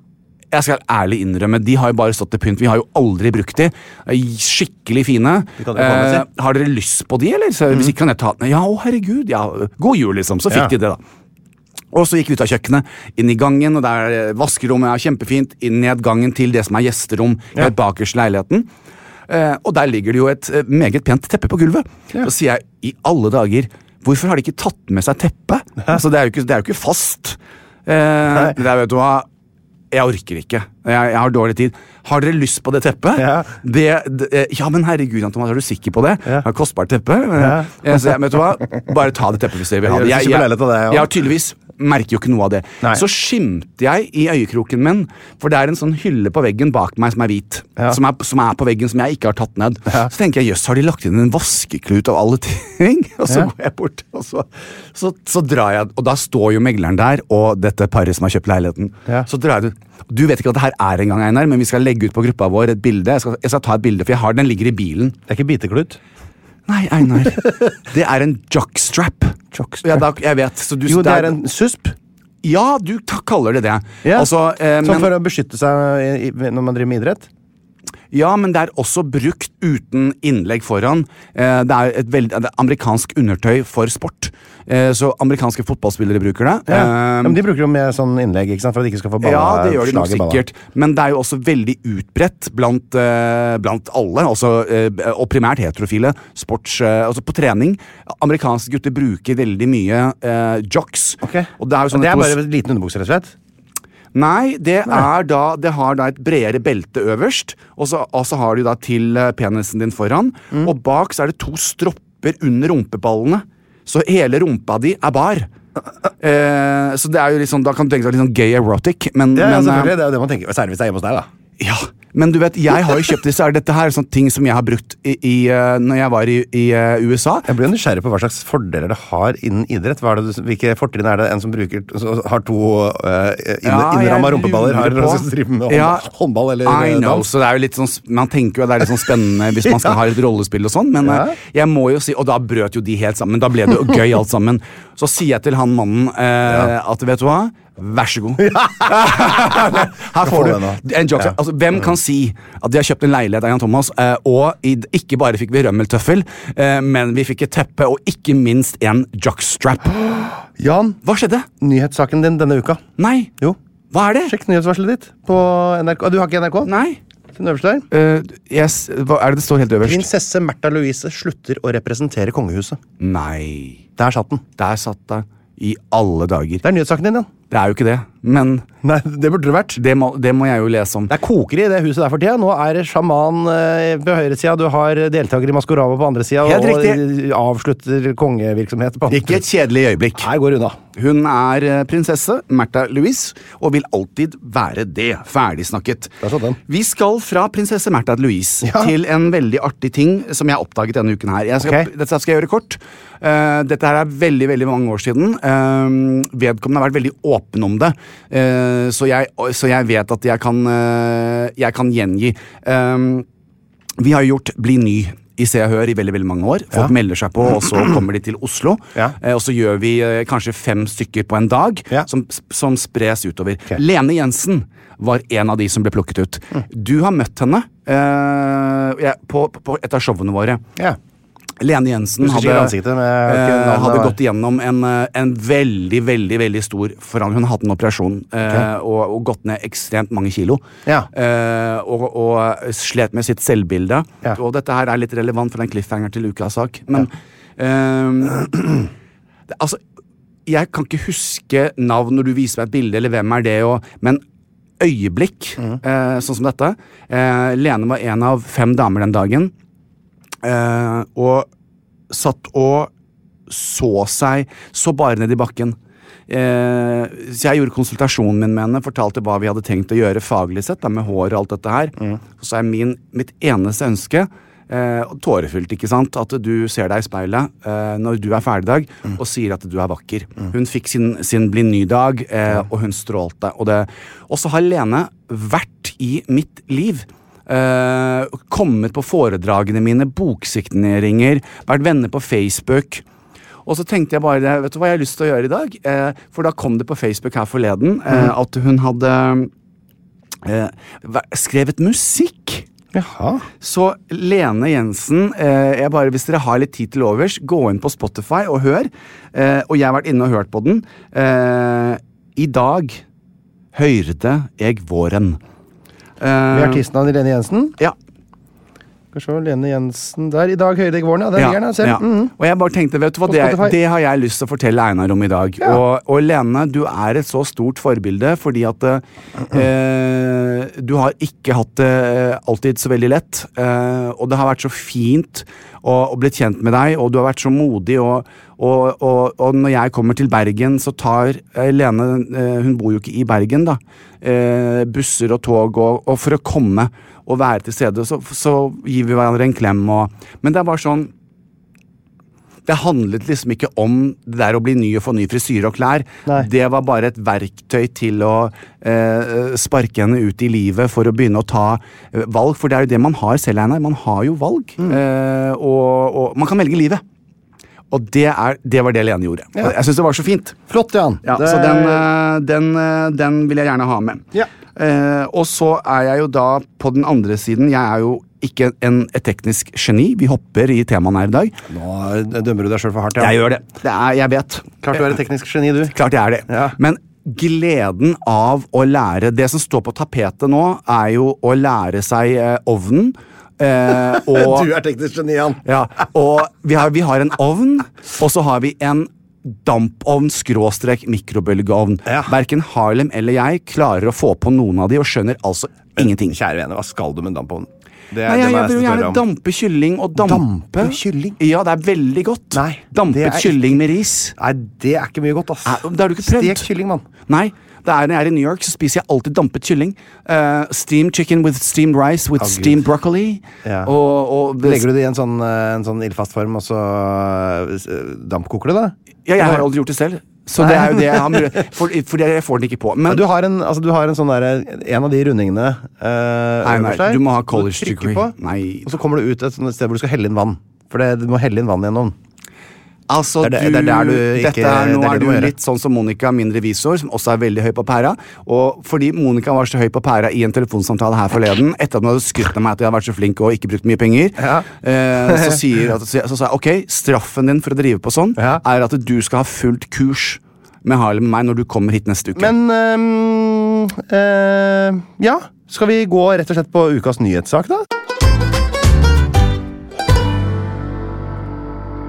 C: Jeg skal ærlig innrømme, de har jo bare stått til pynt. Vi har jo aldri brukt de. Skikkelig fine. Eh,
B: De kan dere få med seg.
C: har dere lyst på de, eller? Så, Hvis ikke kan jeg ta den. Ja, å herregud. Ja, god jul, liksom. Så
B: Ja.
C: fikk de det, da. Og så gikk vi ut av kjøkkenet, inn i gangen, og der eh, vaskerommet er kjempefint. Inn ned gangen til det som er gjesterom helt bakerst i leiligheten. Eh, og der ligger det jo et eh, meget pent teppe på gulvet. Så sier jeg, i alle dager, hvorfor har de ikke tatt med seg teppet? Altså, det er jo ikke, det er jo ikke fast. Eh, det der, vet du hva, jeg orker ikke. Jeg, jeg har dårlig tid. Har dere lyst på det teppet?
B: Ja.
C: Det, det, eh, ja, men herregud, Jan Thomas, er du sikker på det? Det er et kostbart teppe. Eh, Så jeg, vet du hva, bare ta det teppet hvis dere vil ha det.
B: Jeg er
C: Jeg,
B: så
C: jeg,
B: beleilet av det, ja.
C: jeg har tydeligvis merker jo ikke noe av det.
B: Nei.
C: Så skimte jeg i øyekroken min, for det er en sånn hylle på veggen bak meg som er hvit. Som, er, som er på veggen som jeg ikke har tatt ned. Så tenker jeg jøss, har de lagt inn en vaskeklut av alle ting? Og så går jeg bort, og så, så, så drar jeg Og da står jo megleren der og dette paret som har kjøpt leiligheten.
B: Ja.
C: Så drar jeg ut. Du vet ikke at det her er engang, Einar, men vi skal legge ut på gruppa vår et bilde. Jeg skal, jeg skal ta et bilde, for jeg har den ligger i bilen.
B: Det er ikke biteklut.
C: Nei, Einar. det er en jockstrap.
B: Jockstrap.
C: Ja, da, jeg vet. Så du,
B: Jo, det er en susp.
C: ja, du ta- kaller det det.
B: Ja.
C: Altså, eh,
B: Sånn
C: men,
B: for å beskytte seg i, i, når man driver med idrett.
C: ja, men det er også brukt uten innlegg foran. Eh, det er et veldig, det er amerikansk undertøy for sport. Eh, så amerikanske fotballspillere bruker det.
B: Ja.
C: Eh,
B: ja, men de bruker jo med sånn innlegg, ikke sant? for at de ikke skal få balla,
C: ja, det gjør de nok
B: slag i balla.
C: sikkert, men det er jo også veldig utbredt blant, eh, blant alle, altså, eh, og primært heterofile, sports, eh, altså på trening. Amerikanske gutter bruker veldig mye eh, jocks.
B: Ok.
C: Og det er jo sånn
B: Men det
C: at
B: er
C: hos-
B: bare en liten underbukse, rett og slett?
C: Nei, det, Er da, det har da et bredere belte øverst, og så, og så har du da til eh, penisen din foran.
B: Mm.
C: Og bak så er det to stropper under rumpeballene, så hele rumpa di er bar. Eh, så det er jo litt sånn, Da kan du tenke deg litt sånn gay erotic, men,
B: Ja, ja,
C: men, eh,
B: selvfølgelig. Det er jo det man tenker. Særlig hvis det er hjemme hos deg, da.
C: ja, men du vet, jeg har jo kjøpt disse her. Dette her er sånne ting som jeg har brukt i, i, eh, når jeg var i, i eh, USA.
B: Jeg blir jo nysgjerrig på hva slags fordeler det har innen idrett. Hva er det, du- hvilke fortrinn er det en som bruker så har to uh,
C: Ja, jeg
B: innramma rumpeballer, har
C: lurer på.
B: og som driver med hånd,
C: Ja.
B: håndball eller
C: I
B: eh,
C: know,
B: dans?
C: så det er jo litt sånn, Man tenker jo at det er litt sånn spennende hvis man skal ha litt rollespill og sånn, men eh, jeg må jo si Og da brøt jo de helt sammen. Da ble det jo gøy alt sammen. Så sier jeg til han mannen eh, at vet du hva, vær så god. Her
B: få
C: får
B: den
C: du
B: da.
C: en joke. Altså, hvem kan si at de har kjøpt en leilighet av Jan Thomas, eh, og i, ikke bare fikk vi rømmeltøffel, eh, men vi fikk et teppe, og ikke minst en jockstrap.
B: Jan,
C: Hva skjedde?
B: nyhetssaken din denne uka.
C: Nei.
B: Jo.
C: Hva er det?
B: Sjekk nyhetsvarselet ditt på NRK. Ah, Du har ikke NRK?
C: Nei.
B: Den øverste der.
C: Eh, yes, hva er det det står helt øverst?
B: Prinsesse Märtha Louise slutter å representere kongehuset.
C: Nei.
B: Der satt den.
C: Der satt det i alle dager.
B: Det er nyhetssaken din, Jan.
C: Det er jo ikke det, men
B: Nei, det burde det vært.
C: det må, det må jeg jo lese om.
B: Det er kokere i det huset der for tida. Nå er det sjaman eh, på høyresida, du har deltakere i Maskorama på andre sida,
C: Helt
B: og
C: riktig.
B: eh, avslutter kongevirksomhet på andre
C: Ikke et kjedelig øyeblikk.
B: Her går det unna.
C: Hun er eh, prinsesse Märtha Louise og vil alltid være det. Ferdig snakket.
B: Der satt sånn den.
C: Vi skal fra prinsesse Märtha Louise
B: Ja.
C: til en veldig artig ting som jeg oppdaget denne uken her. Jeg skal,
B: Ok.
C: Dette skal jeg gjøre kort. Eh, dette her er veldig veldig mange år siden. Eh, vedkommende har vært veldig åpen om det, Eh, så, jeg, så jeg vet at jeg kan, eh, jeg kan gjengi. Eh, Vi har gjort Bli ny i Se og Hør i veldig veldig mange år. Folk melder seg på, og så kommer de til Oslo.
B: Ja.
C: Eh, Og så gjør vi eh, kanskje fem stykker på en dag,
B: Ja.
C: som, som spres utover. Lene Jensen var en av de som ble plukket ut.
B: Mm.
C: Du har møtt henne eh, ja, på, på et av showene våre.
B: Ja.
C: Lene Jensen
B: Husker
C: hadde,
B: ikke ansiktet, men jeg vet ikke
C: eh,
B: navnet
C: hadde
B: var.
C: gått igjennom en, eh, en veldig veldig, veldig stor forandring. Hun hadde hatt en operasjon eh, og, og gått ned ekstremt mange kilo.
B: Ja.
C: Eh, og, og slet med sitt selvbilde.
B: Ja.
C: Og dette her er litt relevant for den cliffhanger til ukas sak, men eh, det, Altså, jeg kan ikke huske navn når du viser meg et bilde, eller hvem er det, og, men øyeblikk,
B: Mm.
C: eh, sånn som dette eh, Lene var en av fem damer den dagen, eh, og satt og så seg, så bare ned i bakken. Eh, så jeg gjorde konsultasjonen min med henne, fortalte hva vi hadde tenkt å gjøre faglig sett, da, med hår og alt dette her. Så sa jeg min, mitt eneste ønske, eh, og tårefullt, ikke sant, at du ser deg i speilet eh, når du er ferdig i dag, og sier at du er vakker. Hun fikk sin, sin Bli ny-dag, eh, og hun strålte. Og, det, og så har Lene vært i mitt liv. Eh, kommet på foredragene mine, boksigneringer, vært venner på Facebook. Og så tenkte jeg bare Vet du hva jeg har lyst til å gjøre i dag? Eh, for da kom det på Facebook her forleden eh, at hun hadde eh, væ- skrevet musikk.
B: Jaha.
C: Så Lene Jensen, eh, jeg bare, hvis dere har litt tid til overs, gå inn på Spotify og hør. Eh, og jeg har vært inne og hørt på den. Eh, I dag hørte jeg våren.
B: Med
C: Eh,
B: artistnavn Irene Jensen.
C: ja.
E: Skal vi se, Lene Jensen der. I dag høydelegg våren, ja. Det ligger den her, selv.
C: ja.
B: Mm.
E: Mhm.
C: Og jeg bare tenkte, vet du hva,
E: På
C: det,
E: Spotify.
C: det har jeg lyst til å fortelle Einar om i dag.
E: Ja.
C: Og, og Lene, du er et så stort forbilde fordi at eh, du har ikke hatt det eh, alltid så veldig lett. Eh, og det har vært så fint å å blitt kjent med deg, og du har vært så modig. og og, og, og når jeg kommer til Bergen, så tar eh, Lene eh, Hun bor jo ikke i Bergen, da. Eh, busser og tog, og, og for å komme og være til stede, så, så gir vi hverandre en klem. Og, men det er bare sånn det handlet liksom ikke om det der å bli ny og få ny frisyre og klær.
E: Nei.
C: Det var bare et verktøy til å eh, sparke henne ut i livet for å begynne å ta eh, valg. For det er jo det man har selv, Einar. Man har jo valg.
E: Mm.
C: Eh, og, og man kan velge livet. Og det, er, det var det Lene gjorde. Og Jeg syns det var så fint.
E: Flott, Jan.
C: Ja,
E: Det-
C: Så den, eh, den, eh, den vil jeg gjerne ha med.
E: Ja.
C: Eh, og så er jeg jo da på den andre siden Jeg er jo ikke en, et teknisk geni. Vi hopper i temaene her i dag.
B: Nå dømmer du deg sjøl for hardt.
C: Jeg gjør det. det er, jeg vet.
B: Klart du er et teknisk geni, du.
C: Klart jeg er det.
B: Ja.
C: Men gleden av å lære Det som står på tapetet nå, er jo å lære seg eh, ovnen. Eh, og,
B: er teknisk geni, Jan.
C: ja, og vi har, vi har en ovn, og så har vi en dampovn skråstrek mikrobølgeovn.
B: Ja.
C: Verken Harlem eller jeg klarer å få på noen av de, og skjønner altså ingenting.
B: Kjære vene, hva skal du med en dampovn? Det er
C: Nei,
B: det må
C: jeg, jeg vil jo
B: nesten
C: gjerne
B: spørre om.
C: dampe kylling og dampe
B: Dampe kylling?
C: Ja, det er veldig godt.
B: Nei, det
C: Dampet
B: er ikke-
C: kylling med ris.
B: Nei, det er ikke mye godt, ass.
C: Nei, det har du ikke prøvd.
B: Stek kylling, mann.
C: Nei. det er Når jeg er i New York, så spiser jeg alltid dampet kylling. Eh, steamed chicken with steamed rice with
B: Å, Gud.
C: steamed broccoli.
B: Ja.
C: Og, og
B: Legger du det i en sånn, eh, en sånn ildfast form, og så eh, dampkoker du det?
C: Ja, jeg har aldri gjort det selv. Så det er jo det jeg har mulighet for, Fordi jeg får den ikke på. Men
B: Du har en, altså, du har en sånn derre En av de rundingene eh,
C: Nei, nei,
B: øverst der,
C: du må ha
B: som
C: college
B: trykker
C: degree.
B: På,
C: Nei.
B: Og så kommer du ut et sånt sted hvor du skal helle inn vann. For det, du må helle inn vann gjennom.
C: altså,
B: Det er det- det er der du ikke-
C: dette er, Nå
B: det er det
C: er
B: du
C: du
B: må gjøre.
C: litt sånn som Monica, min revisor, som også er veldig høy på pæra. Og fordi Monica var så høy på pæra i en telefonsamtale her forleden, etter at hun hadde skrytt av meg at jeg hadde vært så flink og ikke brukt mye penger,
B: Ja.
C: eh, så, sier at, så, så sa jeg ok, straffen din for å drive på sånn
B: Ja.
C: er at du skal ha fullt kurs med Harlem og meg når du kommer hit neste uke.
B: Men ehm, eh, Ja. Skal vi gå rett og slett på ukas nyhetssak, da?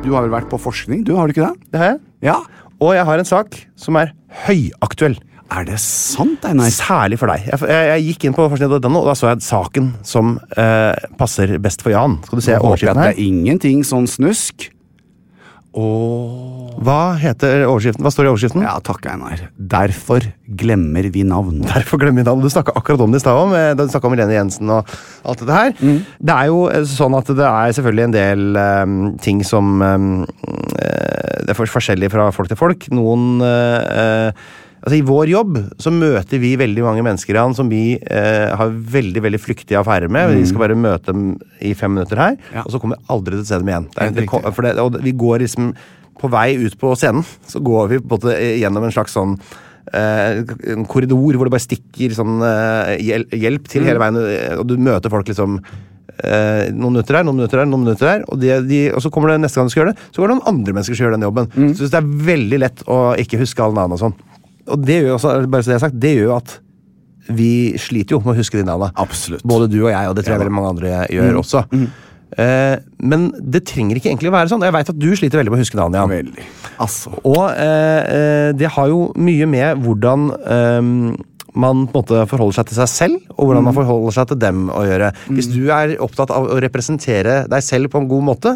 C: du har vel vært på forskning, du, har du ikke det?
B: Det har jeg.
C: Ja.
B: Og jeg har en sak som er høyaktuell.
C: Er det sant, Einar?
B: Særlig for deg. Jeg, jeg, jeg gikk inn på forskning.no, og da så jeg saken som eh, passer best for Jan. Skal du se
C: Jeg håper at
B: overskriften
C: det
B: her?
C: er ingenting sånn snusk.
B: Hva heter overskriften? Hva står i overskriften?
C: Ja, takk, Einar. Derfor glemmer vi navn.
B: Derfor glemmer vi navnet. Du snakka akkurat om det i stad om, eh, da du snakka om Helene Jensen og alt dette her. Det er jo eh, sånn at det er selvfølgelig en del eh, ting som ehm, eh, Det er for- forskjellig fra folk til folk. Noen eh, eh, Altså, I vår jobb så møter vi veldig mange mennesker Jan, som vi eh, har veldig veldig flyktige affærer med. Vi skal bare møte dem i fem minutter her,
C: Ja.
B: og så kommer vi aldri til å se dem igjen. Det er,
C: Helt
B: det,
C: riktig.
B: for det, og vi går liksom På vei ut på scenen så går vi på en måte gjennom en slags sånn eh, en korridor hvor det bare stikker sånn eh, hjel- hjelp til hele
C: Mm.
B: veien, eh, og du møter folk liksom eh, noen minutter her, noen minutter her, noen minutter her, og, de, de, og så kommer det neste gang du skal gjøre det, så går det noen andre mennesker som gjør den jobben.
C: Mm.
B: Så jeg synes det er veldig lett å ikke huske alle navn og sånn. Og det gjør jo også, bare så det er sagt, det gjør jo at vi sliter jo med å huske de navnene.
C: Absolutt. Mm.
B: Både du og jeg, og det tror jeg veldig mange andre gjør også. Eh, men det trenger ikke egentlig å være sånn. Jeg veit at du sliter veldig med å huske navn, Jan.
C: Veldig. Altså.
B: Og eh, eh, det har jo mye med hvordan eh, man på en måte forholder seg til seg selv, og hvordan man forholder seg til dem å gjøre. Hvis du er opptatt av å representere deg selv på en god måte,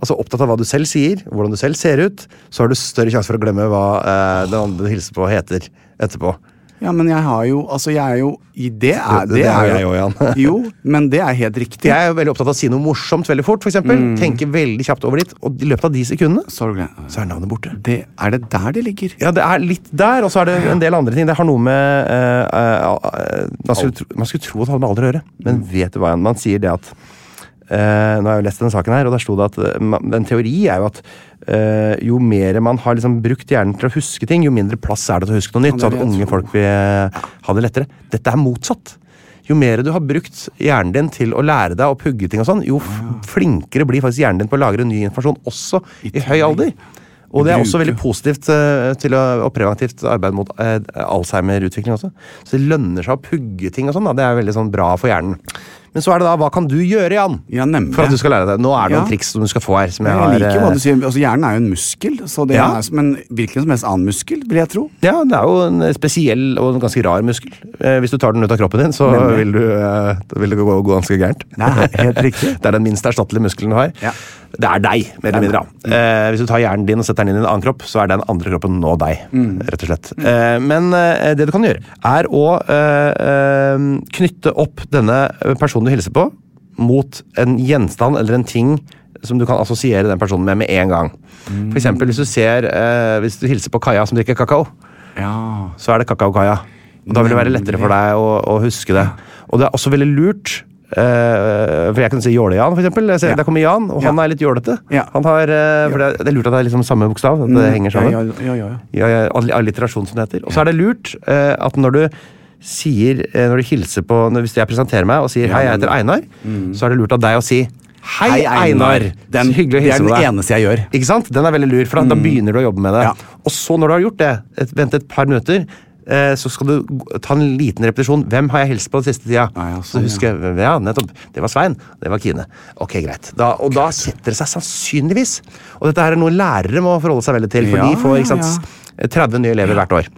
B: altså opptatt av hva du selv sier, hvordan du selv ser ut, så har du større sjanse for å glemme hva eh, den andre du hilser på, heter etterpå.
C: Ja, men jeg har jo Altså, jeg er jo i Det er,
B: Det- det er jo jeg også, Jan.
C: jo, men det er helt riktig.
B: Jeg er jo veldig opptatt av å si noe morsomt veldig fort, f.eks. eksempel Tenke veldig kjapt over dit, og i løpet av de sekundene
C: Så har du glemt-
B: så er navnet borte.
C: det, er det der det ligger?
B: Ja, det er litt der, og så er det en del andre ting. Det har noe med eh, eh, eh, man, skulle tro, man skulle tro at det hadde med alder å gjøre, men vet du hva? Man sier det at eh, Nå har jeg jo lest denne saken her, og der sto det at eh, man- en teori er jo at eh, jo mer man har liksom brukt hjernen til å huske ting, jo mindre plass er det til å huske noe nytt.
C: Ja,
B: Så
C: det
B: at
C: er det jeg
B: unge
C: tror.
B: folk vil eh, ha det lettere. Dette er motsatt. Jo mer du har brukt hjernen din til å lære deg å pugge ting, og sånn, jo f- flinkere blir faktisk hjernen din på å lagre ny informasjon, også i høy alder. Og det er også veldig positivt eh, til å, og preventivt arbeid mot eh, Alzheimer-utvikling også. Så det lønner seg å pugge ting og sånn. da. Det er veldig sånn bra for hjernen. Men så er det da hva kan du gjøre, Jan?
C: Ja, nemlig.
B: For at du skal lære deg. Nå er det noen
C: Ja.
B: triks som du skal få her. Som jeg,
C: Jeg liker jo
B: har,
C: hva
B: eh,
C: du sier. Altså, hjernen er jo en muskel, så det
B: Ja.
C: er som en hvilken som helst annen muskel, vil jeg tro.
B: Ja, det er jo en spesiell og en ganske rar muskel. Eh, hvis du tar den ut av kroppen din, så
C: Nemlig.
B: vil, du, eh, da vil det gå, gå ganske gærent.
C: Nei, helt riktig.
B: det er den minst erstattelige muskelen du har.
C: Ja.
B: Det er deg, mer eller
C: Det er
B: mindre. da. Eh, hvis du tar hjernen din og setter den inn i en annen kropp, så er den andre kroppen nå deg.
C: Mm.
B: rett og slett. Eh, men eh, det du kan gjøre, er å eh, eh, knytte opp denne personen du hilser på, mot en gjenstand eller en ting som du kan assosiere den personen med med en gang.
C: Mm.
B: For eksempel, hvis du, ser, eh, hvis du hilser på Kaja som drikker kakao,
C: Ja.
B: så er det kakaokaia. Og da vil det være lettere for deg å, å huske det. Og det er også veldig lurt. eh, for jeg kan si Jåle-Jan, for eksempel. Jeg ser,
C: Ja.
B: Der kommer Jan, og han
C: Ja.
B: er litt jålete.
C: Ja. Mm.
B: Han har, eh, for det, det er lurt at det er liksom samme bokstav. At det henger sammen.
C: Ja, ja, ja, ja, ja.
B: Ja, ja, all- alliterasjon, som det heter. Og så er det lurt eh, at når du sier eh, Når du hilser på når, Hvis jeg presenterer meg og sier 'Hei, jeg heter Einar', så er det lurt av deg å si 'Hei, Einar'.
C: Mm. Den,
B: så hyggelig å
C: det
B: hilse
C: er
B: på
C: den
B: deg.
C: eneste jeg gjør.
B: Ikke sant? Den er veldig lur, for da, da begynner du å jobbe med det.
C: Mm. Ja.
B: Og så når du har gjort det, et, vent et par minutter, eh, så skal du g- ta en liten repetisjon. Hvem har jeg hilst på den siste tida?
C: Ah, ja,
B: så
C: sånn,
B: husker jeg, ja, nettopp. Det var Svein. Det var Kine. Ok, greit. Da, og da setter det seg sannsynligvis. Og dette her er noe lærere må forholde seg veldig til, for
C: Ja,
B: de får ikke
C: ja,
B: sant, 30 nye elever hvert år.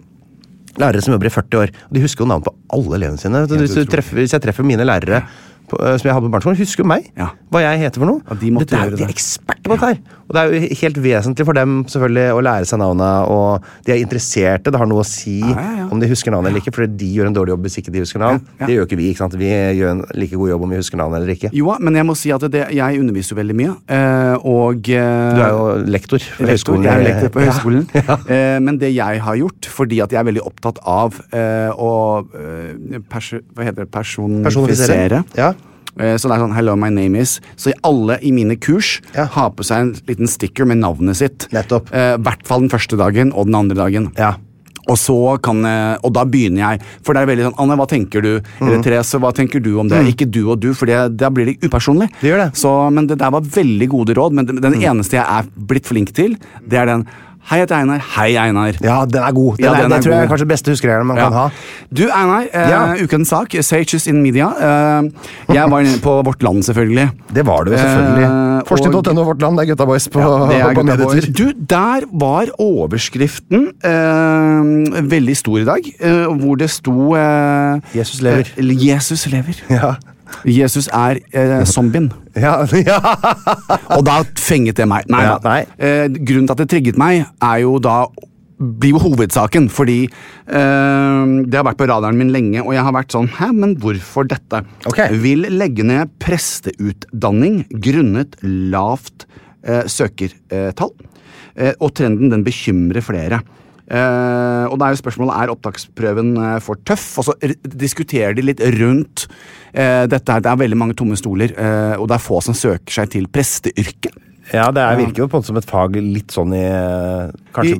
B: Lærere som jobber i 40 år. Og de husker jo navn på alle elevene sine. vet du. Hvis, du treffer, hvis jeg treffer mine lærere på, eh, som jeg hadde på barneskolen, husker jo meg.
C: Ja.
B: Hva jeg heter for noe.
C: Ja, de måtte
B: Dette er,
C: gjøre
B: jo- de er
C: det.
B: eksperter på dette her. Og det er jo helt vesentlig for dem selvfølgelig å lære seg navnet, og de er interesserte. Det har noe å si
C: ja, ja.
B: om de husker navnet eller ikke, for de gjør en dårlig jobb hvis ikke de husker navn.
C: Ja, ja.
B: Det gjør ikke vi. ikke sant? Vi gjør en like god jobb om vi husker navn eller ikke.
C: Jo, men jeg må si at det, jeg underviser jo veldig mye, eh, og eh,
B: Du er jo lektor på
C: Lektor,
B: høyskolen.
C: jeg er lektor på
B: Ja.
C: høyskolen. Eh, men det jeg har gjort, fordi at jeg er veldig opptatt av eh, å eh, perso Hva heter det? Personifisere.
B: Personifisere. Ja.
C: Eh, så det er sånn 'hello, my name is'. Så alle i mine kurs
B: Ja.
C: har på seg en liten sticker med navnet sitt.
B: Nettopp.
C: Eh, hvert fall den første dagen og den andre dagen.
B: Ja.
C: Og så kan eh, Og da begynner jeg. For det er veldig sånn 'Anne, hva tenker du?' Eller
B: Mhm.
C: 'Therese, hva tenker du om det?' Ikke du og du, for det, da blir det upersonlig.
B: Det gjør det. Mhm.
C: Så, men det der var veldig gode råd. Men den, den eneste jeg er blitt flink til, det er den 'Hei, jeg heter Einar'. Hei, Einar.
B: Ja, den er god. Den
C: Ja,
B: er,
C: den
B: det
C: er
B: tror jeg
C: god.
B: er kanskje beste huskeregelen man kan ha.
C: Du, Einar. Eh,
B: Ja.
C: Ukens sak. Sages in media. Eh, jeg var inne på Vårt Land, selvfølgelig.
B: Det var det jo,
C: Eh,
B: selvfølgelig.
C: og-
B: Forskning.no Vårt Land, det er Gutta Boys på,
C: Ja, det er
B: på
C: gutta boys.
B: medietur.
C: Du, der var overskriften eh, veldig stor i dag, eh, hvor det sto eh,
B: Jesus lever.
C: eh, Jesus lever.
B: Ja.
C: Jesus er eh, zombien.
B: Ja, ja.
C: Og da fenget det meg. Nei,
B: Ja,
C: da.
B: nei.
C: Eh, grunnen til at det trigget meg, er jo da blir jo hovedsaken, fordi eh, det har vært på radaren min lenge, og jeg har vært sånn Hæ, men hvorfor dette?
B: Ok.
C: Vil legge ned presteutdanning grunnet lavt eh, søkertall. Eh, og trenden den bekymrer flere. Eh, og da er jo spørsmålet er opptaksprøven eh, for tøff. Og så r diskuterer de litt rundt eh, dette. her. Det er veldig mange tomme stoler, eh, og det er få som søker seg til presteyrket.
B: Ja, det er, virker jo på en måte som et fag litt sånn i eh, Kanskje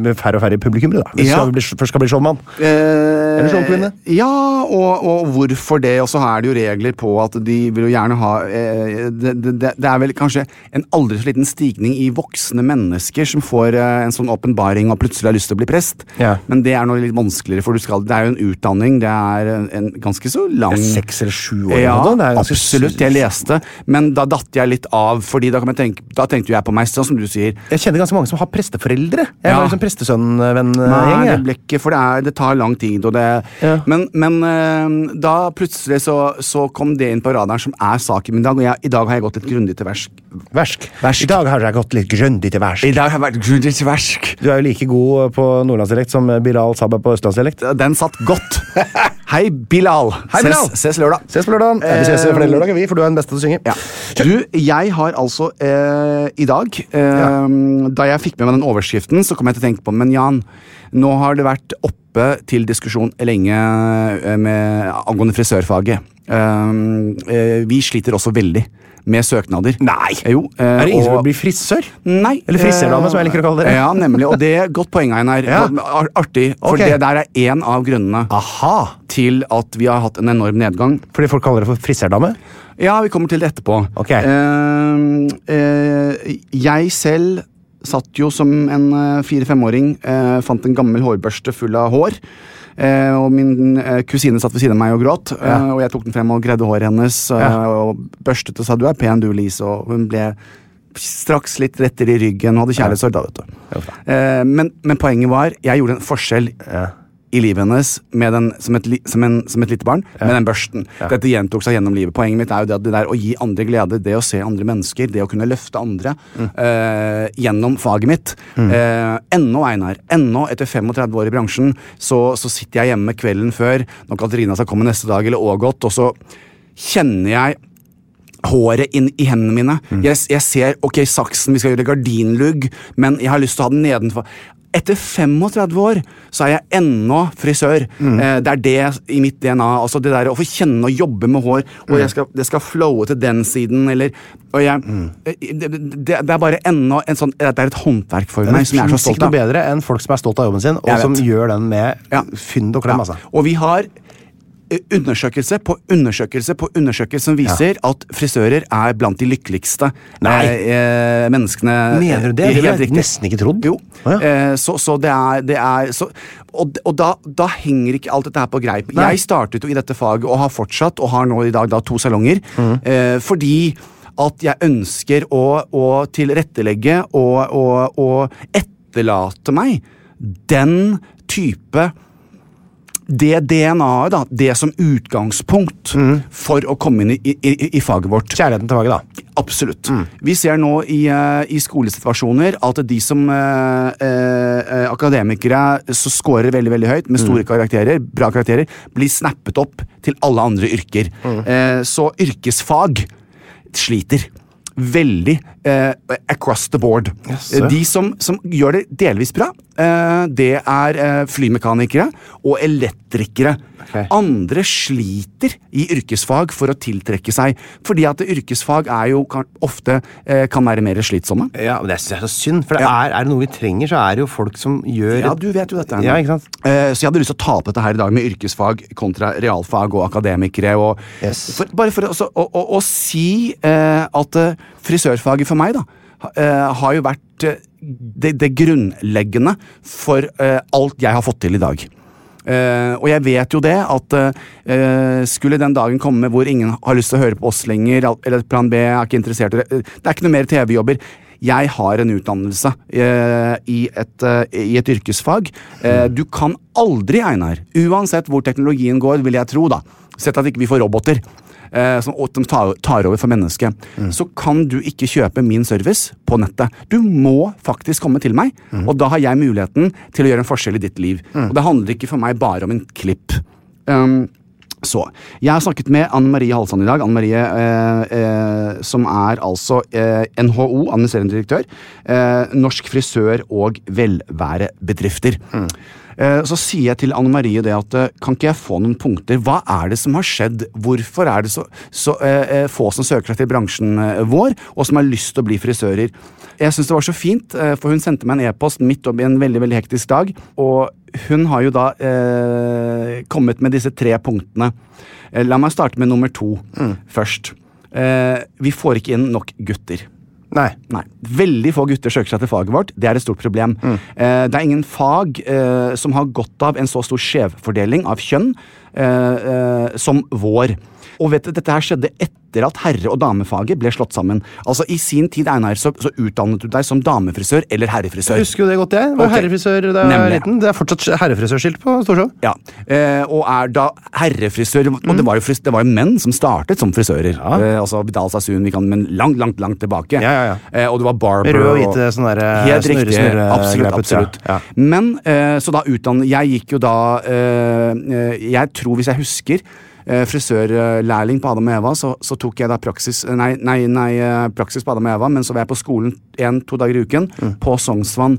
B: med færre og færre publikummere, da. Hvis
C: Ja.
B: du skal bli, først skal bli showmann.
C: Eller
B: showkvinne.
C: Eh, Ja, og, og hvorfor det? Og så er det jo regler på at de vil jo gjerne ha eh, det, det, det er vel kanskje en aldri så liten stigning i voksne mennesker som får eh, en sånn åpenbaring og plutselig har lyst til å bli prest.
B: Ja.
C: Men det er noe litt vanskeligere, for du skal, det er jo en utdanning. Det er en, en ganske så lang
B: Det er seks eller sju år
C: Ja,
B: eller noe sånt, det er ganske-
C: absolutt. Jeg leste, men da datt jeg litt av, Fordi da, kan jeg tenke, da tenkte jeg på meg, sånn som du sier.
B: Jeg kjenner ganske mange som har presteforeldre. Jeg
C: Ja.
B: var liksom
C: Nei, det
B: prestesønnvenn-gjeng.
C: ble ikke, for det, er, det tar lang tid. Og det,
B: Ja.
C: Men, men eh, da plutselig så, så kom det inn på radaren, som er saken min i dag. Og jeg, i dag har jeg gått litt grundig til versk.
B: Versk.
C: Versk.
B: I dag har jeg gått litt grundig til versk.
C: dag har jeg vært grundig til versk.
B: Du er jo like god eh, på nordlandsdialekt som eh, Bilal Sabah på østlandsdialekt.
C: Den satt godt. Hei, Bilal.
B: Hei, Bilal.
C: Ses, ses lørdag.
B: Ses på lørdag. Eh, vi ses
C: Eh,
B: flere lørdager, vi, for du er den beste til å synge.
C: Ja. Du, jeg har altså eh, i dag eh, Da jeg fikk med meg den overskriften, så kom jeg til å tenke på Men Jan, nå har det vært oppe til diskusjon lenge eh, med, angående frisørfaget. Um, eh, vi sliter også veldig med søknader.
B: Nei.
C: Eh, Jo, eh,
B: Er det ingen som
C: og-
B: vil bli frisør?
C: Nei. Eh,
B: Eller friserdame, som jeg liker å kalle dere.
C: Ja, nemlig. Og det er godt poeng, Einar.
B: Ja.
C: Ar- Artig. For
B: Ok.
C: det der er én av grunnene
B: Aha!
C: til at vi har hatt en enorm nedgang.
B: Fordi folk kaller det for friserdame?
C: Ja, vi kommer til det etterpå.
B: Ok.
C: Ehm, eh, jeg selv satt jo som en eh, fire-femåring, eh, fant en gammel hårbørste full av hår. Eh, og min eh, kusine satt ved siden av meg og gråt, eh,
B: Ja.
C: og jeg tok den frem og gredde håret hennes eh, og børstet og sa 'du er pen, du, Lise', og hun ble straks litt rettere i ryggen og hadde kjærlighetssorg da, vet du.
B: Ja, faen.
C: Eh, men, men poenget var, jeg gjorde en forskjell
B: Ja.
C: i livet hennes med den, som, et, li- som, en, som et lite barn med den børsten.
B: Ja.
C: Dette gjentok seg gjennom livet. Poenget mitt er jo det, at det der å gi andre glede, det å se andre mennesker, det å kunne løfte andre
B: Mm.
C: eh, gjennom faget mitt. Eh, ennå, Einar, ennå etter 35 år i bransjen, så, så sitter jeg hjemme kvelden før, når Katarina skal komme neste dag, eller Ågot, og så kjenner jeg håret inn i hendene mine. Jeg, s- jeg ser ok, saksen, vi skal gjøre gardinlugg, men jeg har lyst til å ha den nedenfor. Etter 35 år så er jeg ennå frisør. Eh, det er det i mitt DNA. altså det der Å få kjenne og jobbe med hår, og jeg skal, det skal flowe til den siden, eller og jeg, eh, det, det, det er bare ennå en sånn Det er et håndverk for meg som jeg
B: finnes
C: er så
B: ikke
C: stolt
B: noe
C: av.
B: bedre enn folk som er stolt av jobben sin, og
C: Jeg
B: som
C: vet.
B: gjør den med
C: Ja.
B: fynd og klem. Altså.
C: Og vi har eh, undersøkelse på undersøkelse på undersøkelse som viser at frisører er blant de lykkeligste
B: Nei.
C: eh, eh, menneskene
B: Mener du det?
C: Eh,
B: Det ville
C: helt
B: jeg
C: riktig.
B: nesten ikke trodd.
C: Jo.
B: Å, ja.
C: eh, så, så det er, det er så, Og, d- og da, da henger ikke alt dette her på greip.
B: Nei.
C: Jeg startet jo i dette faget og har fortsatt, og har nå i dag da to salonger,
B: Mm.
C: eh, fordi at jeg ønsker å, å tilrettelegge og, og, og etterlate meg den type det DNA-et, da, det som utgangspunkt for å komme inn i, i, i- i faget vårt.
B: Kjærligheten til faget, da.
C: Absolutt. Vi ser nå i, eh, i skolesituasjoner at de som eh, eh, eh, akademikere som scorer veldig veldig høyt med store karakterer, bra karakterer, blir snappet opp til alle andre yrker. Eh, så yrkesfag sliter. Veldig eh, across the board.
B: Jaså.
C: Eh, De som, som gjør det delvis bra, eh, det er eh, flymekanikere og elektrikere.
B: Ok.
C: Andre sliter i yrkesfag for å tiltrekke seg, fordi at yrkesfag er jo kan, ofte eh, kan være mer slitsomme.
B: Ja, men Det synes jeg er så synd, for det
C: Ja.
B: er, er det noe vi trenger, så er det jo folk som gjør
C: Ja, du vet jo dette.
B: Ja, ikke sant?
C: Eh, så jeg hadde lyst til å ta opp dette her i dag med yrkesfag kontra realfag og akademikere. Og,
B: Yes.
C: for, bare for å, så- å, å, å si eh, at eh, frisørfaget for meg da, ha- eh, har jo vært eh, det, det grunnleggende for eh, alt jeg har fått til i dag. Eh, og jeg vet jo det at eh, skulle den dagen komme hvor ingen har lyst til å høre på oss lenger, al- eller plan B er ikke interessert i det, eh, det er ikke noe mer TV-jobber. Jeg har en utdannelse eh, i, et, eh, i et yrkesfag. Eh, du kan aldri, Einar, uansett hvor teknologien går, vil jeg tro, da Sett at ikke vi får roboter eh, som, og de tar, tar over for mennesket. Så kan du ikke kjøpe min service på nettet. Du må faktisk komme til meg, og da har jeg muligheten til å gjøre en forskjell i ditt liv. Og det handler ikke for meg bare om en klipp. Um, så, Jeg har snakket med Anne Marie Halsand i dag. Anne Marie, eh, eh, som er altså eh, NHO, administrerende direktør. Eh, Norsk frisør- og velværebedrifter. Eh, så sier jeg til Anne Marie det at eh, kan ikke jeg få noen punkter? Hva er det som har skjedd? Hvorfor er det så, så eh, eh, få som søker seg til bransjen eh, vår, og som har lyst til å bli frisører? Jeg syns det var så fint, eh, for hun sendte meg en e-post midt oppi en veldig, veldig hektisk dag. og hun har jo da eh, kommet med disse tre punktene. Eh, La meg starte med nummer to først. Eh, vi får ikke inn nok gutter.
B: Nei.
C: Nei. Veldig få gutter søker seg til faget vårt. Det er et stort problem.
B: Mm.
C: Eh, det er ingen fag eh, som har godt av en så stor skjevfordeling av kjønn eh, eh, som vår. Og vet du, Dette her skjedde etter at herre- og damefaget ble slått sammen. Altså I sin tid Einar, så, så utdannet du deg som damefrisør eller herrefrisør.
B: Jeg husker jo det godt, jeg. Det var
C: Ok.
B: herrefrisør da jeg var
C: Nemlig.
B: liten. Det er fortsatt herrefrisørskilt på Storshov.
C: Ja, eh, Og er da herrefrisør
B: Mm.
C: Og det var jo fris, det var jo menn som startet som frisører. Eh, altså Vidal Sassoon, vi kan men langt, langt langt tilbake.
B: Ja, ja, ja.
C: Eh, og det var barber
B: Rød og hvite sånne der,
C: Helt
B: snurre,
C: riktig.
B: snurre,
C: absolutt.
B: greipet, ja.
C: absolutt.
B: Ja.
C: Men eh, så da utdannet Jeg gikk jo da eh, eh, Jeg tror, hvis jeg husker eh, Frisørlærling på Adam og Eva, så, så tok jeg da praksis Nei, nei, nei eh, praksis på Adam og Eva, men så var jeg på skolen én-to dager i uken
B: Mm.
C: på Sognsvann.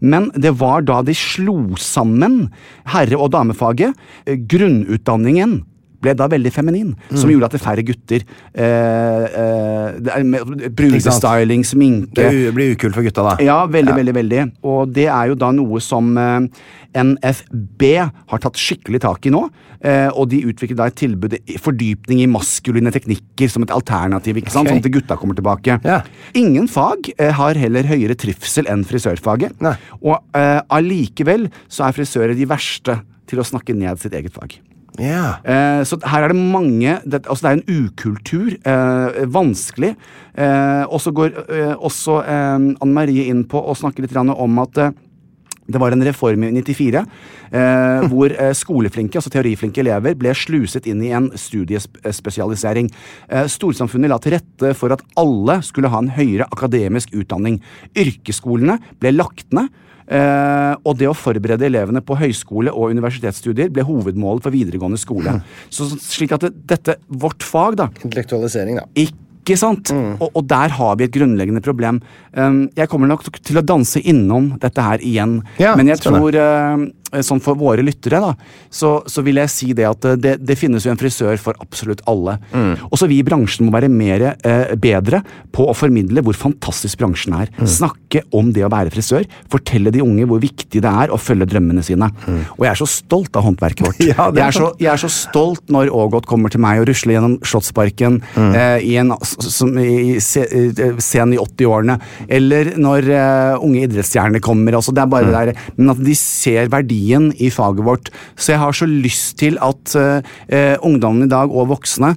C: Men det var da de slo sammen herre- og damefaget. Eh, grunnutdanningen ble da veldig feminin,
B: Mm.
C: som gjorde at det færre gutter eh, eh, det er med- Brunestyling, sminke
B: Det u- blir ukult for gutta, da.
C: ja, veldig, veldig, veldig. Og det er jo da noe som eh, NFB har tatt skikkelig tak i nå. Eh, og de utvikler da et tilbud i fordypning i maskuline teknikker som et alternativ. ikke sant?
B: Ok.
C: Sånn at gutta kommer tilbake.
B: Ja.
C: Ingen fag eh, har heller høyere trivsel enn frisørfaget.
B: Nei.
C: Og eh, allikevel så er frisører de verste til å snakke ned sitt eget fag.
B: Ja.
C: Eh, så her er det mange det, altså det er en ukultur. Eh, vanskelig. Eh, og så går eh, også eh, Anne Marie inn på å snakke litt grann om at eh, det var en reform i 94 eh, hvor eh, skoleflinke, altså teoriflinke elever ble sluset inn i en studiespesialisering. Eh, storsamfunnet la til rette for at alle skulle ha en høyere akademisk utdanning. Yrkesskolene ble lagt ned. Eh, og det å forberede elevene på høyskole og universitetsstudier ble hovedmålet for videregående skole. Så, slik at det, dette, vårt fag, da,
E: Intellektualisering, da.
C: ikke sant?
B: Mm.
C: Og, og der har vi et grunnleggende problem. Um, jeg kommer nok til å danse innom dette her igjen.
B: Ja,
C: Men jeg
B: spennende.
C: tror, uh, sånn for våre lyttere, da, så, så vil jeg si det at uh, det, det finnes jo en frisør for absolutt alle.
B: Mm.
C: Også vi i bransjen må være mere, uh, bedre på å formidle hvor fantastisk bransjen er.
B: Mm.
C: Snakke om det å være frisør. Fortelle de unge hvor viktig det er å følge drømmene sine. Og jeg er så stolt av håndverket vårt.
B: Mm. Ja, det er
C: jeg er så jeg er så stolt når Ågot kommer til meg og rusler gjennom Slottsparken
B: Mm.
C: eh, i en, s- som, i, se, eh, sen i 80-årene. Eller når eh, unge idrettsstjerner kommer. Altså, det er
B: Mm.
C: bare det der, men at de ser verdien i faget vårt. Så jeg har så lyst til at eh, eh, ungdommen i dag, og voksne,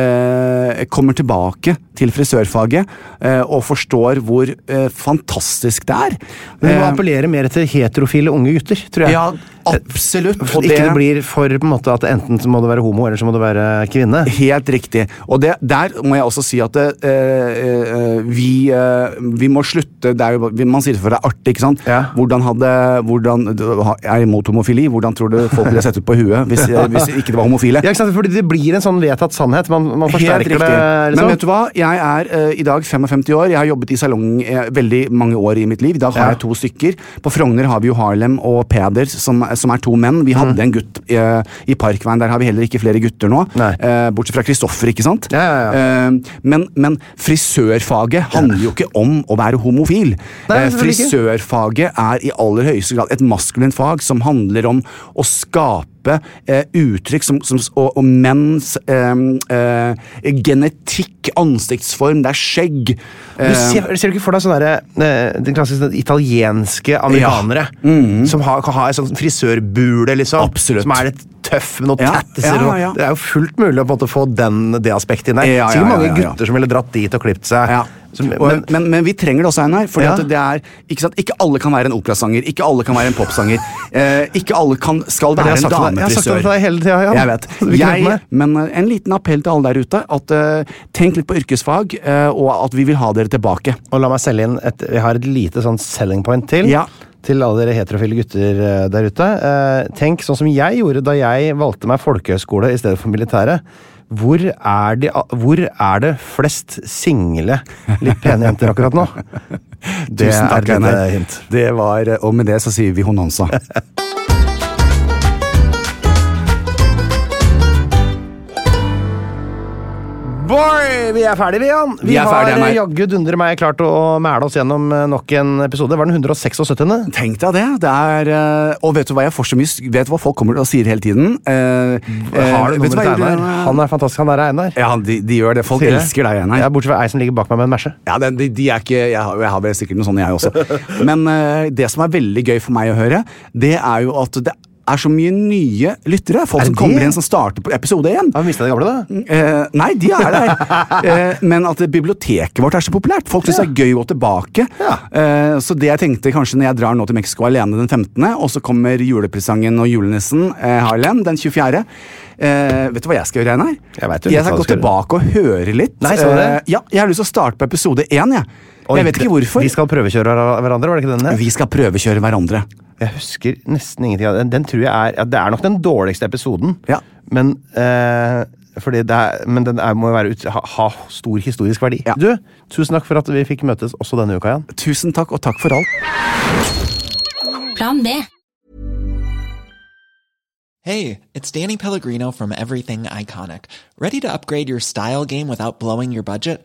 C: eh, kommer tilbake til frisørfaget eh, og forstår hvor eh, fantastisk det er.
B: Men vi må
C: Eh,
B: appellere mer til heterofile unge gutter, tror jeg. Eh,
C: ja, absolutt.
B: For
C: og
B: ikke det blir for på en måte at enten så må du være homo, eller så må du være kvinne.
C: Helt riktig. Og det, der må jeg også si at det, eh, eh, vi, eh, vi må slutte det er jo, vi- Man sier det for det er artig, ikke sant?
B: Ja.
C: Hvordan hadde, hvordan, du har- er imot homofili. Hvordan tror du folk ville sett ut på huet hvis, eh, hvis ikke det var homofile?
B: Ja, ikke sant? Fordi det blir en sånn vedtatt sannhet. Man, man
C: Helt
B: forsterker
C: riktig.
B: det. Liksom.
C: Men vet du hva? Jeg er eh, i dag 55 år. Jeg har jobbet i salong eh, veldig mange år i mitt liv. I dag har
B: Ja.
C: jeg to stykker. På Frogner har vi jo Harlem og Peder, som, som er to menn. Vi
B: Mhm.
C: hadde en gutt eh, i Parkveien. Der har vi heller ikke flere gutter nå.
B: Nei.
C: Eh, bortsett fra Kristoffer, ikke sant?
B: Ja, ja, ja.
C: Eh, men, men frisørfaget handler jo ikke om å være homofil.
B: Nei,
C: Eh,
B: selvfølgelig ikke.
C: frisørfaget er i aller høyeste grad et maskulint fag som handler om å skape eh, uttrykk som, som, og, og menns eh, eh, genetikk, ansiktsform, det er skjegg. Eh,
B: Du ser, ser du ikke for deg sånne der, eh, den klassiske italienske amerikanere? Som har, kan ha en sånn frisørbule, liksom.
C: Mm. Absolutt.
B: Som er litt tøff med noen
C: Ja,
B: tattiser.
C: ja,
B: og-
C: ja.
B: Det er jo fullt mulig å på en måte få den, det aspektet inn der.
C: Ja, ja,
B: Sikkert mange
C: ja, ja, ja.
B: gutter som ville dratt dit og klippet seg.
C: Ja.
B: Som,
C: Og- men,
B: men,
C: men, vi trenger det også, Einar. Fordi
B: Ja.
C: at det er, ikke, sant? ikke alle kan være en operasanger, ikke alle kan være en popsanger. Eh, ikke alle kan, skal
B: Det har jeg
C: være en
B: sagt til deg- jeg har sagt
C: damefrisør.
B: det til deg hele tiden, Jan.
C: Jeg vet.
B: Så du ikke
C: Jeg,
B: hørt
C: men eh, en liten appell til alle der ute. At, eh, tenk litt på yrkesfag, eh, og at vi vil ha dere tilbake.
B: og la meg selge inn et Jeg har et lite sånn selling point til.
C: Ja.
B: Til alle dere heterofile gutter eh, der ute. Eh, tenk sånn som jeg gjorde da jeg valgte meg folkehøyskole i stedet for militæret. Hvor er, de, hvor er det flest single, litt pene jenter akkurat nå?
C: Det
B: Tusen takk,
C: er denne-
B: Einar. Hint.
C: Det var, eh, og med det så sier vi honanza.
B: Boy, vi er ferdige, vi, Jan. Vi,
C: Vi er
B: har
C: ferdige,
B: eh,
C: Einar.
B: jaggu dundre meg klart å å mæle oss gjennom eh, nok en episode. Det var den 176.
C: Tenk deg det. det er, eh, og vet du hva jeg får så mye Vet du hva folk kommer og sier hele tiden? Eh, eh,
B: Har du nummeret
C: vet hva
B: til
C: jeg gjorde
B: Einar?
C: denne-
B: Han er fantastisk. Han der er Einar.
C: Ja, de, de gjør det. Folk
B: Sier jeg.
C: elsker deg,
B: Ja,
C: Einar.
B: bortsett fra ei som ligger bak meg med en merse.
C: Ja, den- de, de er ikke, jeg, har, jeg har vel sikkert noen sånne, jeg også. Men eh, det som er veldig gøy for meg å høre, det er jo at det er så mye nye lyttere. Folk
B: Er
C: som
B: det
C: kommer
B: det?
C: inn som starter på episode én.
B: Har vi mista det gamle, da?
C: Eh, nei, de er der. Eh, men at det- biblioteket vårt er så populært. Folk syns det er gøy å gå tilbake.
B: Ja.
C: Eh, så det jeg tenkte kanskje når jeg drar nå til Mexico alene den 15., og så kommer julepresangen og julenissen, eh, Harlem, den 24. Eh, vet du hva jeg skal gjøre, Einar?
B: Jeg vet jo litt
C: jeg
B: hva
C: skal
B: du
C: gå
B: skal
C: tilbake og høre litt. Eh,
B: Nei, skal du det?
C: ja, jeg har lyst til å starte på episode én, jeg.
B: Oi,
C: jeg vet ikke hvorfor.
B: Vi skal prøvekjøre hver- hverandre, var det ikke den?
C: Vi skal prøvekjøre hverandre.
B: Jeg husker nesten ingenting av den. Den tror jeg er ja, Det er nok den dårligste episoden.
C: Ja.
B: Men, eh, fordi det er, men den er, må jo være ut, ha, ha stor historisk verdi.
C: Ja.
B: Du, tusen takk for at vi fikk møtes også denne uka, Jan.
C: Tusen takk, og takk for alt.
F: Plan B.
G: Hey, it's Danny Pellegrino from Everything Iconic. Ready to upgrade your style game without blowing your budget?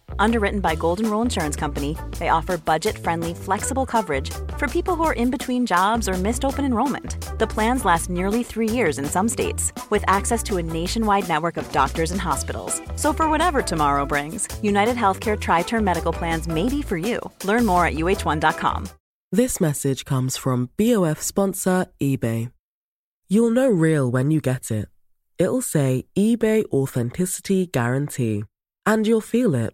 F: Underwritten by Golden Rule Insurance Company, they offer budget friendly, flexible coverage for people who are in between jobs or missed open enrollment. The plans last nearly three years in some states, with access to a nationwide network of doctors and hospitals. So, for whatever tomorrow brings, United Healthcare Tri Term Medical Plans may be for you. Learn more at uh1.com.
H: This message comes from BOF sponsor eBay. You'll know real when you get it. It'll say eBay Authenticity Guarantee. And you'll feel it.